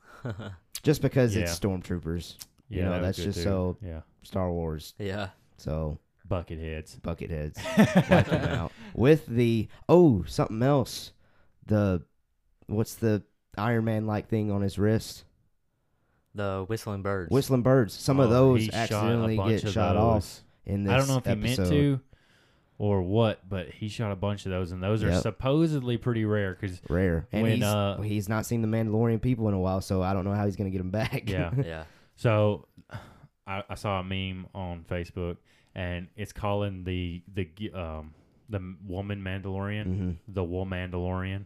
[SPEAKER 1] just because it's stormtroopers. You know,
[SPEAKER 2] that was
[SPEAKER 1] that's
[SPEAKER 2] good
[SPEAKER 1] just
[SPEAKER 2] too.
[SPEAKER 1] so
[SPEAKER 2] yeah,
[SPEAKER 1] Star Wars.
[SPEAKER 3] [LAUGHS] yeah.
[SPEAKER 1] So
[SPEAKER 2] bucket heads.
[SPEAKER 1] bucket
[SPEAKER 2] [LAUGHS]
[SPEAKER 1] heads wipe 'em out with the oh something else. The what's the Iron Man like thing on his wrist?
[SPEAKER 3] The whistling birds.
[SPEAKER 1] Whistling birds. Some of
[SPEAKER 2] Oh,
[SPEAKER 1] those
[SPEAKER 2] he shot a
[SPEAKER 1] accidentally
[SPEAKER 2] bunch
[SPEAKER 1] get
[SPEAKER 2] of
[SPEAKER 1] shot
[SPEAKER 2] those.
[SPEAKER 1] off in this.
[SPEAKER 2] I don't know if he meant
[SPEAKER 1] episode.
[SPEAKER 2] to or what, but he shot a bunch of those, and those are
[SPEAKER 1] Yep.
[SPEAKER 2] supposedly pretty rare because
[SPEAKER 1] Rare. And
[SPEAKER 2] When,
[SPEAKER 1] he's,
[SPEAKER 2] uh,
[SPEAKER 1] he's not seen the Mandalorian people in a while, so I don't know how he's going to get them back. [LAUGHS]
[SPEAKER 2] Yeah.
[SPEAKER 3] yeah.
[SPEAKER 2] So, I, I saw a meme on Facebook, and it's calling the the g- um the woman Mandalorian [LAUGHS]
[SPEAKER 1] hmm
[SPEAKER 2] the wool Mandalorian.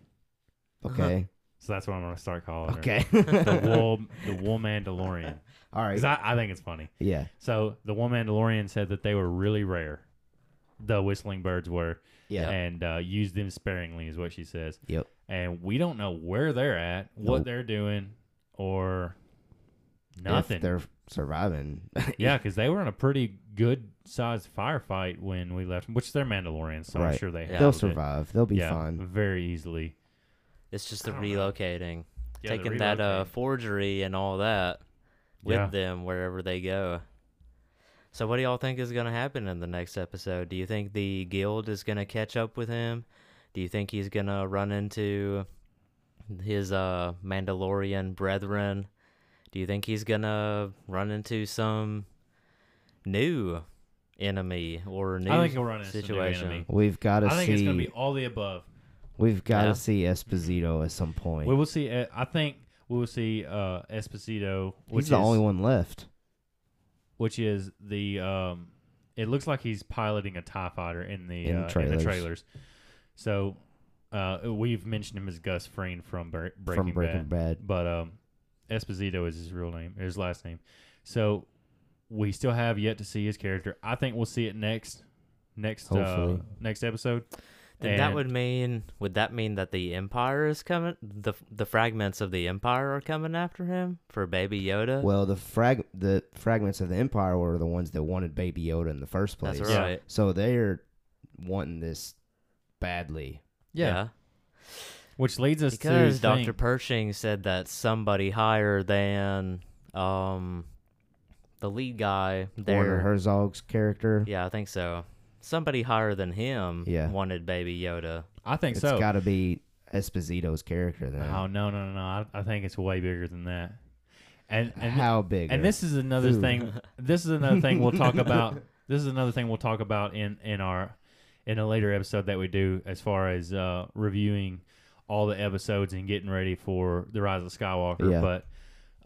[SPEAKER 1] Okay.
[SPEAKER 2] So that's what I'm gonna start calling her.
[SPEAKER 1] Okay.
[SPEAKER 2] The wool the wool Mandalorian
[SPEAKER 1] [LAUGHS] All right.
[SPEAKER 2] because I, I think it's funny.
[SPEAKER 1] yeah.
[SPEAKER 2] So the wool Mandalorian said that they were really rare. The whistling birds were,
[SPEAKER 1] Yeah.
[SPEAKER 2] and uh, used them sparingly is what she says.
[SPEAKER 1] Yep.
[SPEAKER 2] And we don't know where they're at, what
[SPEAKER 1] Nope.
[SPEAKER 2] they're doing, or
[SPEAKER 1] If
[SPEAKER 2] nothing.
[SPEAKER 1] they're surviving. [LAUGHS]
[SPEAKER 2] Yeah, because they were in a pretty good sized firefight when we left, which they're Mandalorians, so I'm
[SPEAKER 1] Right.
[SPEAKER 2] sure they
[SPEAKER 3] Yeah.
[SPEAKER 1] They'll
[SPEAKER 2] handled it.
[SPEAKER 1] survive. They'll be
[SPEAKER 2] yeah, Mm-hmm.
[SPEAKER 1] fine.
[SPEAKER 2] very easily.
[SPEAKER 3] It's just the
[SPEAKER 2] I don't know.
[SPEAKER 3] relocating.
[SPEAKER 2] Yeah, the
[SPEAKER 3] Taking that uh,
[SPEAKER 2] relocating.
[SPEAKER 3] forgery and all that with
[SPEAKER 2] Yeah.
[SPEAKER 3] them wherever they go. So, what do y'all think is going to happen in the next episode? Do you think the guild is going to catch up with him? Do you think he's going to run into his uh Mandalorian brethren, do you think he's gonna run into some new enemy or new
[SPEAKER 2] I think he'll run into some new
[SPEAKER 3] situation?
[SPEAKER 2] enemy.
[SPEAKER 1] We've got to
[SPEAKER 2] I think it's
[SPEAKER 1] see.
[SPEAKER 2] going to be all the above.
[SPEAKER 1] we've got to
[SPEAKER 3] Yeah.
[SPEAKER 1] see Esposito at some point.
[SPEAKER 2] We will see. uh, I think we will see uh, Esposito, which
[SPEAKER 1] He's the
[SPEAKER 2] is,
[SPEAKER 1] only one left.
[SPEAKER 2] which is the. Um, it looks like he's piloting a Tie Fighter in the
[SPEAKER 1] In
[SPEAKER 2] uh, in
[SPEAKER 1] trailers.
[SPEAKER 2] the trailers. So uh, we've mentioned him as Gus Fring from Bre- Breaking,
[SPEAKER 1] from Breaking
[SPEAKER 2] Bad.
[SPEAKER 1] Bad.
[SPEAKER 2] but um, Esposito is his real name, his last name. So we still have yet to see his character. I think we'll see it next, next, uh,
[SPEAKER 1] Hopefully.
[SPEAKER 2] next episode.
[SPEAKER 3] Then that
[SPEAKER 2] And-
[SPEAKER 3] would mean would that mean that the Empire is coming? The the fragments of the Empire are coming after him for Baby Yoda.
[SPEAKER 1] Well, the frag the fragments of the Empire were the ones that wanted Baby Yoda in the first place.
[SPEAKER 3] That's
[SPEAKER 2] Yeah.
[SPEAKER 3] right.
[SPEAKER 1] So they're wanting this badly.
[SPEAKER 2] which leads us
[SPEAKER 3] because
[SPEAKER 2] to
[SPEAKER 3] Dr.
[SPEAKER 2] Doctor.
[SPEAKER 3] Pershing said that somebody higher than um the lead guy
[SPEAKER 1] Warner
[SPEAKER 3] there.
[SPEAKER 1] Herzog's character.
[SPEAKER 3] Yeah, I think so. Somebody higher than him
[SPEAKER 1] Yeah.
[SPEAKER 3] wanted Baby Yoda.
[SPEAKER 2] I think
[SPEAKER 1] It's
[SPEAKER 2] so.
[SPEAKER 1] got to be Esposito's character then.
[SPEAKER 2] Oh no, no, no, no! I, I think it's way bigger than that. And and
[SPEAKER 1] How big?
[SPEAKER 2] and this is another
[SPEAKER 1] Ooh.
[SPEAKER 2] thing. This is another thing we'll talk about. [LAUGHS] This is another thing we'll talk about in in our in a later episode that we do as far as uh, reviewing all the episodes and getting ready for the Rise of Skywalker.
[SPEAKER 1] Yeah.
[SPEAKER 2] But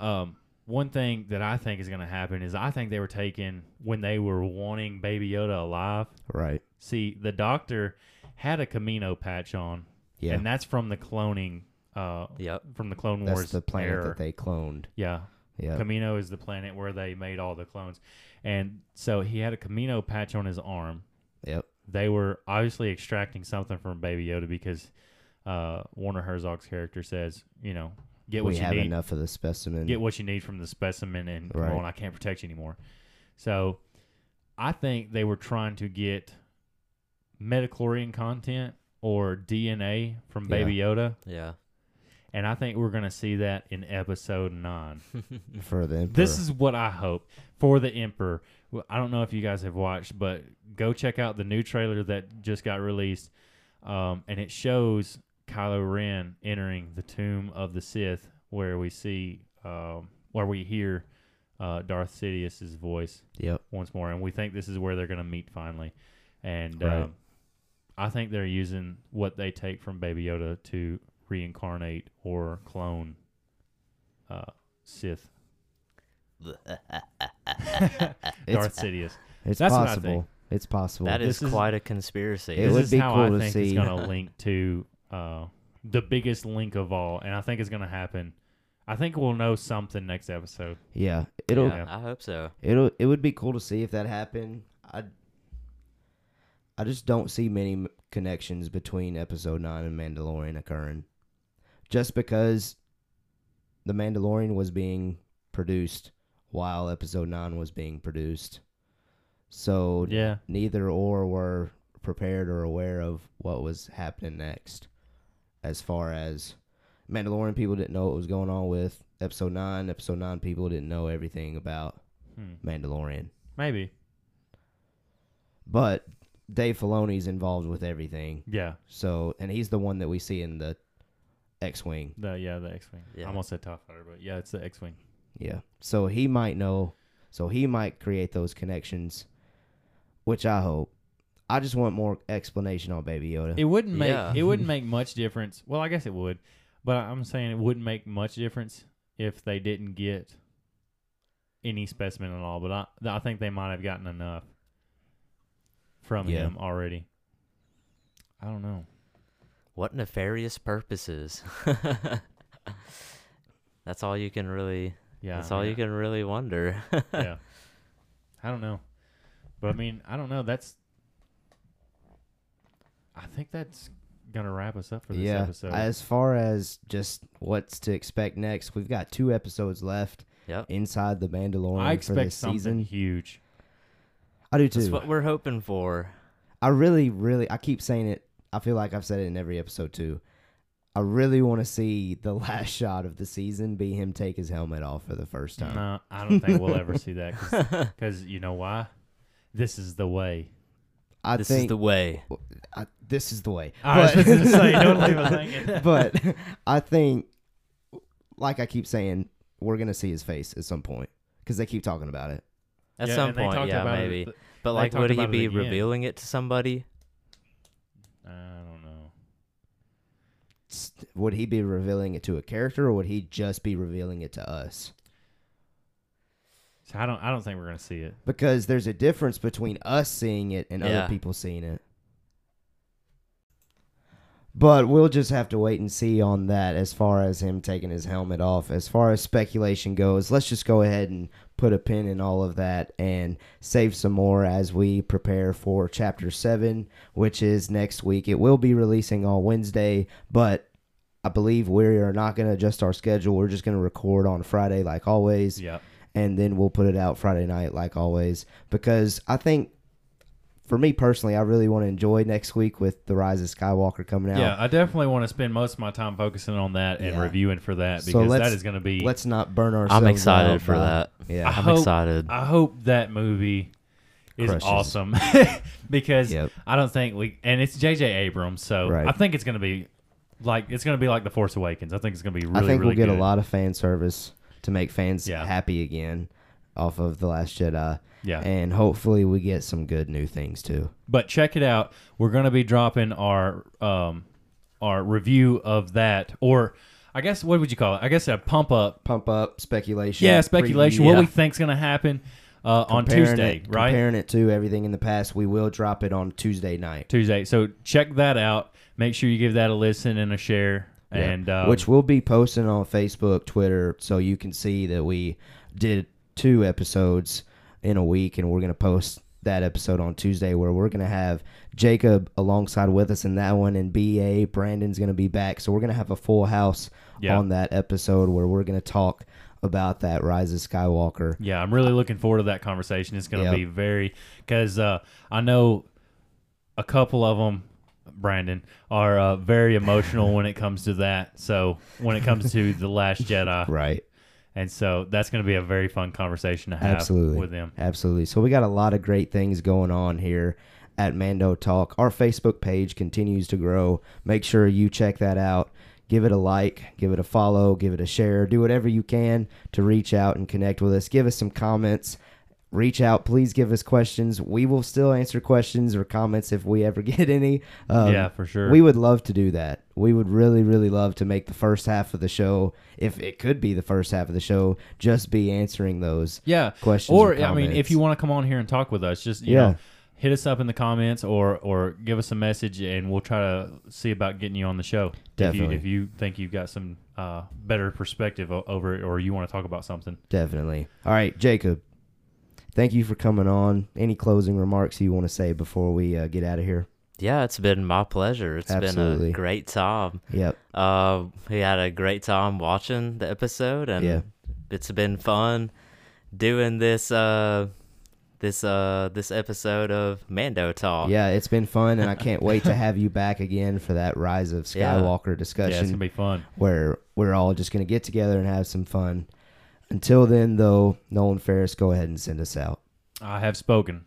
[SPEAKER 2] um, one thing that I think is going to happen is I think they were taking when they were wanting Baby Yoda alive.
[SPEAKER 1] right.
[SPEAKER 2] See, the Doctor had a Camino patch on,
[SPEAKER 1] Yeah.
[SPEAKER 2] and that's from the cloning. Uh,
[SPEAKER 3] Yep.
[SPEAKER 2] from the Clone Wars.
[SPEAKER 1] That's the planet
[SPEAKER 2] era.
[SPEAKER 1] that they cloned.
[SPEAKER 2] Yeah,
[SPEAKER 1] Yeah.
[SPEAKER 2] Camino is the planet where they made all the clones, and so he had a Camino patch on his arm.
[SPEAKER 1] Yep.
[SPEAKER 2] They were obviously extracting something from Baby Yoda because uh, Warner Herzog's character says, you know, get what
[SPEAKER 1] we
[SPEAKER 2] you
[SPEAKER 1] have
[SPEAKER 2] need,
[SPEAKER 1] enough of the specimen.
[SPEAKER 2] get what you need from the specimen, and come
[SPEAKER 1] Right.
[SPEAKER 2] on, I can't protect you anymore. So, I think they were trying to get metachlorian content or DNA from Baby Yoda,
[SPEAKER 3] Yeah. [LAUGHS]
[SPEAKER 2] and I think we're gonna see that in Episode Nine.
[SPEAKER 1] for the Emperor.
[SPEAKER 2] This is what I hope for the Emperor. Well, I don't know if you guys have watched, but go check out the new trailer that just got released, um, and it shows Kylo Ren entering the tomb of the Sith, where we see, um, where we hear uh, Darth Sidious's voice
[SPEAKER 1] Yep.
[SPEAKER 2] once more, and we think this is where they're going to meet finally. And
[SPEAKER 1] Right.
[SPEAKER 2] um, I think they're using what they take from Baby Yoda to reincarnate or clone uh,
[SPEAKER 1] [LAUGHS]
[SPEAKER 2] Sith. Darth Sidious.
[SPEAKER 1] It's
[SPEAKER 2] That's what I
[SPEAKER 1] possible.
[SPEAKER 2] think.
[SPEAKER 1] It's possible.
[SPEAKER 3] That is,
[SPEAKER 2] This is-
[SPEAKER 3] quite a conspiracy.
[SPEAKER 1] It
[SPEAKER 2] this
[SPEAKER 1] would
[SPEAKER 2] is
[SPEAKER 1] be
[SPEAKER 2] how
[SPEAKER 1] cool
[SPEAKER 2] I
[SPEAKER 1] to
[SPEAKER 2] think it's
[SPEAKER 1] see. [LAUGHS]
[SPEAKER 2] going to link to uh, the biggest link of all, and I think it's going to happen. I think we'll know something next episode.
[SPEAKER 1] yeah. It'll
[SPEAKER 3] Yeah, I hope so.
[SPEAKER 1] It'll it would be cool to see if that happened. I I just don't see many m- connections between Episode Nine and Mandalorian occurring, just because the Mandalorian was being produced while Episode Nine was being produced, so
[SPEAKER 2] Yeah,
[SPEAKER 1] neither or were prepared or aware of what was happening next. As far as Mandalorian people didn't know what was going on with Episode Nine, Episode Nine people didn't know everything about
[SPEAKER 2] hmm.
[SPEAKER 1] Mandalorian.
[SPEAKER 2] maybe.
[SPEAKER 1] But Dave Filoni's involved with everything.
[SPEAKER 2] Yeah,
[SPEAKER 1] So, and he's the one that we see in the X-wing.
[SPEAKER 2] the yeah the X wing.
[SPEAKER 3] Yeah.
[SPEAKER 2] I almost said Tie Fighter, but yeah, it's the X wing.
[SPEAKER 1] Yeah. So he might know. So he might create those connections, which I hope. I just want more explanation on Baby Yoda.
[SPEAKER 2] It wouldn't make
[SPEAKER 3] Yeah.
[SPEAKER 2] it
[SPEAKER 3] [LAUGHS]
[SPEAKER 2] wouldn't make much difference. Well, I guess it would, but I- I'm saying it wouldn't make much difference if they didn't get any specimen at all. But I I think they might have gotten enough from
[SPEAKER 1] Yeah.
[SPEAKER 2] him already. I don't know.
[SPEAKER 3] What nefarious purposes? [LAUGHS] that's all you can really.
[SPEAKER 2] Yeah,
[SPEAKER 3] that's
[SPEAKER 2] I
[SPEAKER 3] all
[SPEAKER 2] mean,
[SPEAKER 3] you can really wonder. [LAUGHS]
[SPEAKER 2] yeah, I don't know. But I mean, I don't know. That's. I think that's gonna wrap us up for this
[SPEAKER 1] yeah.
[SPEAKER 2] episode.
[SPEAKER 1] As far as just what's to expect next, we've got two episodes left
[SPEAKER 3] yep.
[SPEAKER 1] inside the Mandalorian
[SPEAKER 2] I
[SPEAKER 1] for
[SPEAKER 2] expect
[SPEAKER 1] this
[SPEAKER 2] something
[SPEAKER 1] season.
[SPEAKER 2] huge.
[SPEAKER 1] I do
[SPEAKER 3] That's
[SPEAKER 1] too.
[SPEAKER 3] what we're
[SPEAKER 1] [LAUGHS]
[SPEAKER 3] hoping for.
[SPEAKER 1] I really, really, I keep saying it. I feel like I've said it in every episode too. I really want to see the [LAUGHS] last shot of the season be him take his helmet off for the first time.
[SPEAKER 2] No,
[SPEAKER 1] [LAUGHS] [LAUGHS]
[SPEAKER 2] I don't think we'll ever see that because you know why? This is the way.
[SPEAKER 1] I
[SPEAKER 3] [LAUGHS] this
[SPEAKER 1] think
[SPEAKER 3] is the way.
[SPEAKER 1] I, this is the way.
[SPEAKER 2] I was just gonna say, don't leave us hanging.
[SPEAKER 1] [LAUGHS] but I think, like I keep saying, we're gonna see his face at some point because they keep talking about it.
[SPEAKER 3] At
[SPEAKER 2] Yeah,
[SPEAKER 3] some
[SPEAKER 2] and they
[SPEAKER 3] point,
[SPEAKER 2] talked
[SPEAKER 3] yeah,
[SPEAKER 2] about it
[SPEAKER 3] maybe.
[SPEAKER 2] th-
[SPEAKER 3] but
[SPEAKER 2] they
[SPEAKER 3] like,
[SPEAKER 2] talked
[SPEAKER 3] would he
[SPEAKER 2] about it
[SPEAKER 3] be
[SPEAKER 2] again.
[SPEAKER 3] revealing it to somebody?
[SPEAKER 2] uh, I don't know.
[SPEAKER 1] S- Would he be revealing it to a character, or would he just be revealing it to us?
[SPEAKER 2] So I don't. I don't think we're gonna see it.
[SPEAKER 1] Because there's a difference between us seeing it and
[SPEAKER 3] Yeah.
[SPEAKER 1] other people seeing it. But we'll just have to wait and see on that as far as him taking his helmet off. As far as speculation goes, let's just go ahead and put a pin in all of that and save some more as we prepare for chapter 7, which is next week. It will be releasing on Wednesday, but I believe we are not going to adjust our schedule. We're just going to record on Friday like always
[SPEAKER 2] Yeah.
[SPEAKER 1] and then we'll put it out Friday night like always because I think for me personally I really want to enjoy next week with the Rise of Skywalker coming out.
[SPEAKER 2] Yeah, I definitely want to spend most of my time focusing on that and
[SPEAKER 1] Yeah.
[SPEAKER 2] reviewing for that
[SPEAKER 1] So
[SPEAKER 2] because that
[SPEAKER 1] let's-
[SPEAKER 2] is going to be.
[SPEAKER 1] Let's not burn ourselves.
[SPEAKER 3] excited
[SPEAKER 1] out
[SPEAKER 3] for
[SPEAKER 1] by-
[SPEAKER 3] that.
[SPEAKER 1] Yeah.
[SPEAKER 2] I
[SPEAKER 3] I'm
[SPEAKER 2] hope-
[SPEAKER 3] excited.
[SPEAKER 2] I hope that movie is
[SPEAKER 1] Crushes.
[SPEAKER 2] awesome [LAUGHS] because
[SPEAKER 1] Yep.
[SPEAKER 2] I don't think we and it's J.J. Abrams, so
[SPEAKER 1] Right.
[SPEAKER 2] I think it's going to be like it's going to be like the Force Awakens. I think it's going to be really.
[SPEAKER 1] I think
[SPEAKER 2] really
[SPEAKER 1] we'll get
[SPEAKER 2] good.
[SPEAKER 1] a lot of fan service to make fans
[SPEAKER 2] Yeah.
[SPEAKER 1] happy again off of the Last Jedi.
[SPEAKER 2] Yeah.
[SPEAKER 1] and hopefully we get some good new things too.
[SPEAKER 2] But check it out. We're going to be dropping our um our review of that, or I guess what would you call it? I guess a pump up
[SPEAKER 1] Pump up speculation.
[SPEAKER 2] yeah, speculation.
[SPEAKER 1] preview.
[SPEAKER 2] What
[SPEAKER 3] Yeah.
[SPEAKER 2] we think's going to happen uh, on
[SPEAKER 1] Comparing
[SPEAKER 2] Tuesday,
[SPEAKER 1] it-
[SPEAKER 2] right?
[SPEAKER 1] Comparing it to everything in the past, we will drop it on Tuesday night.
[SPEAKER 2] Tuesday. So check that out. Make sure you give that a listen and a share.
[SPEAKER 1] Yeah.
[SPEAKER 2] And um,
[SPEAKER 1] which we'll be posting on Facebook, Twitter, so you can see that we did two episodes in a week, and we're gonna post that episode on Tuesday, where we're gonna have Jacob alongside with us in that one, and Ba Brandon's gonna be back, so we're gonna have a full house
[SPEAKER 2] Yeah.
[SPEAKER 1] on that episode where we're gonna talk about that Rise of Skywalker.
[SPEAKER 2] yeah, I'm really looking forward to that conversation. It's going to
[SPEAKER 1] Yeah.
[SPEAKER 2] be very because uh, I know a couple of them, Brandon, are uh, very emotional when it comes to that. So when it comes to the Last
[SPEAKER 1] [LAUGHS]
[SPEAKER 2] Jedi,
[SPEAKER 1] Right.
[SPEAKER 2] and so that's going to be a very fun conversation to have
[SPEAKER 1] Absolutely.
[SPEAKER 2] with them.
[SPEAKER 1] Absolutely. So we got a lot of great things going on here at Mando Talk. Our Facebook page continues to grow. Make sure you check that out. Give it a like, give it a follow, give it a share. Do whatever you can to reach out and connect with us. Give us some comments. Reach out, please give us questions. We will still answer questions or comments if we ever [LAUGHS] get any. Um,
[SPEAKER 2] yeah, for sure.
[SPEAKER 1] we would love to do that. We would really, really love to make the first half of the show, if it could be the first half of the show, just be answering those
[SPEAKER 2] yeah
[SPEAKER 1] questions
[SPEAKER 2] or,
[SPEAKER 1] or
[SPEAKER 2] i mean if
[SPEAKER 1] comments.
[SPEAKER 2] you want to come on here and talk with us just you
[SPEAKER 1] Yeah.
[SPEAKER 2] know hit us up in the comments or or give us a message and we'll try to see about getting you on the show
[SPEAKER 1] Definitely.
[SPEAKER 2] if you, if you think you've got some uh, better perspective o- over it or you want to talk about something
[SPEAKER 1] Definitely. All right, Jacob. Thank you for coming on. Any closing remarks you want to say before we uh, get out of here?
[SPEAKER 3] yeah, it's been my pleasure. It's been
[SPEAKER 1] Absolutely.
[SPEAKER 3] a great time.
[SPEAKER 1] Yep.
[SPEAKER 3] Uh, we had a great time watching the episode, and
[SPEAKER 1] Yeah.
[SPEAKER 3] it's been fun doing this uh this uh this episode of Mando Talk.
[SPEAKER 1] Yeah, it's been fun, and I
[SPEAKER 3] [LAUGHS]
[SPEAKER 1] can't wait to have you back again for that Rise of
[SPEAKER 3] Yeah.
[SPEAKER 1] Skywalker
[SPEAKER 2] yeah it's
[SPEAKER 1] discussion
[SPEAKER 2] gonna be fun
[SPEAKER 1] where we're all just going to get together and have some fun. Until then, though, Nolan Ferris, go ahead and send us out.
[SPEAKER 2] i have spoken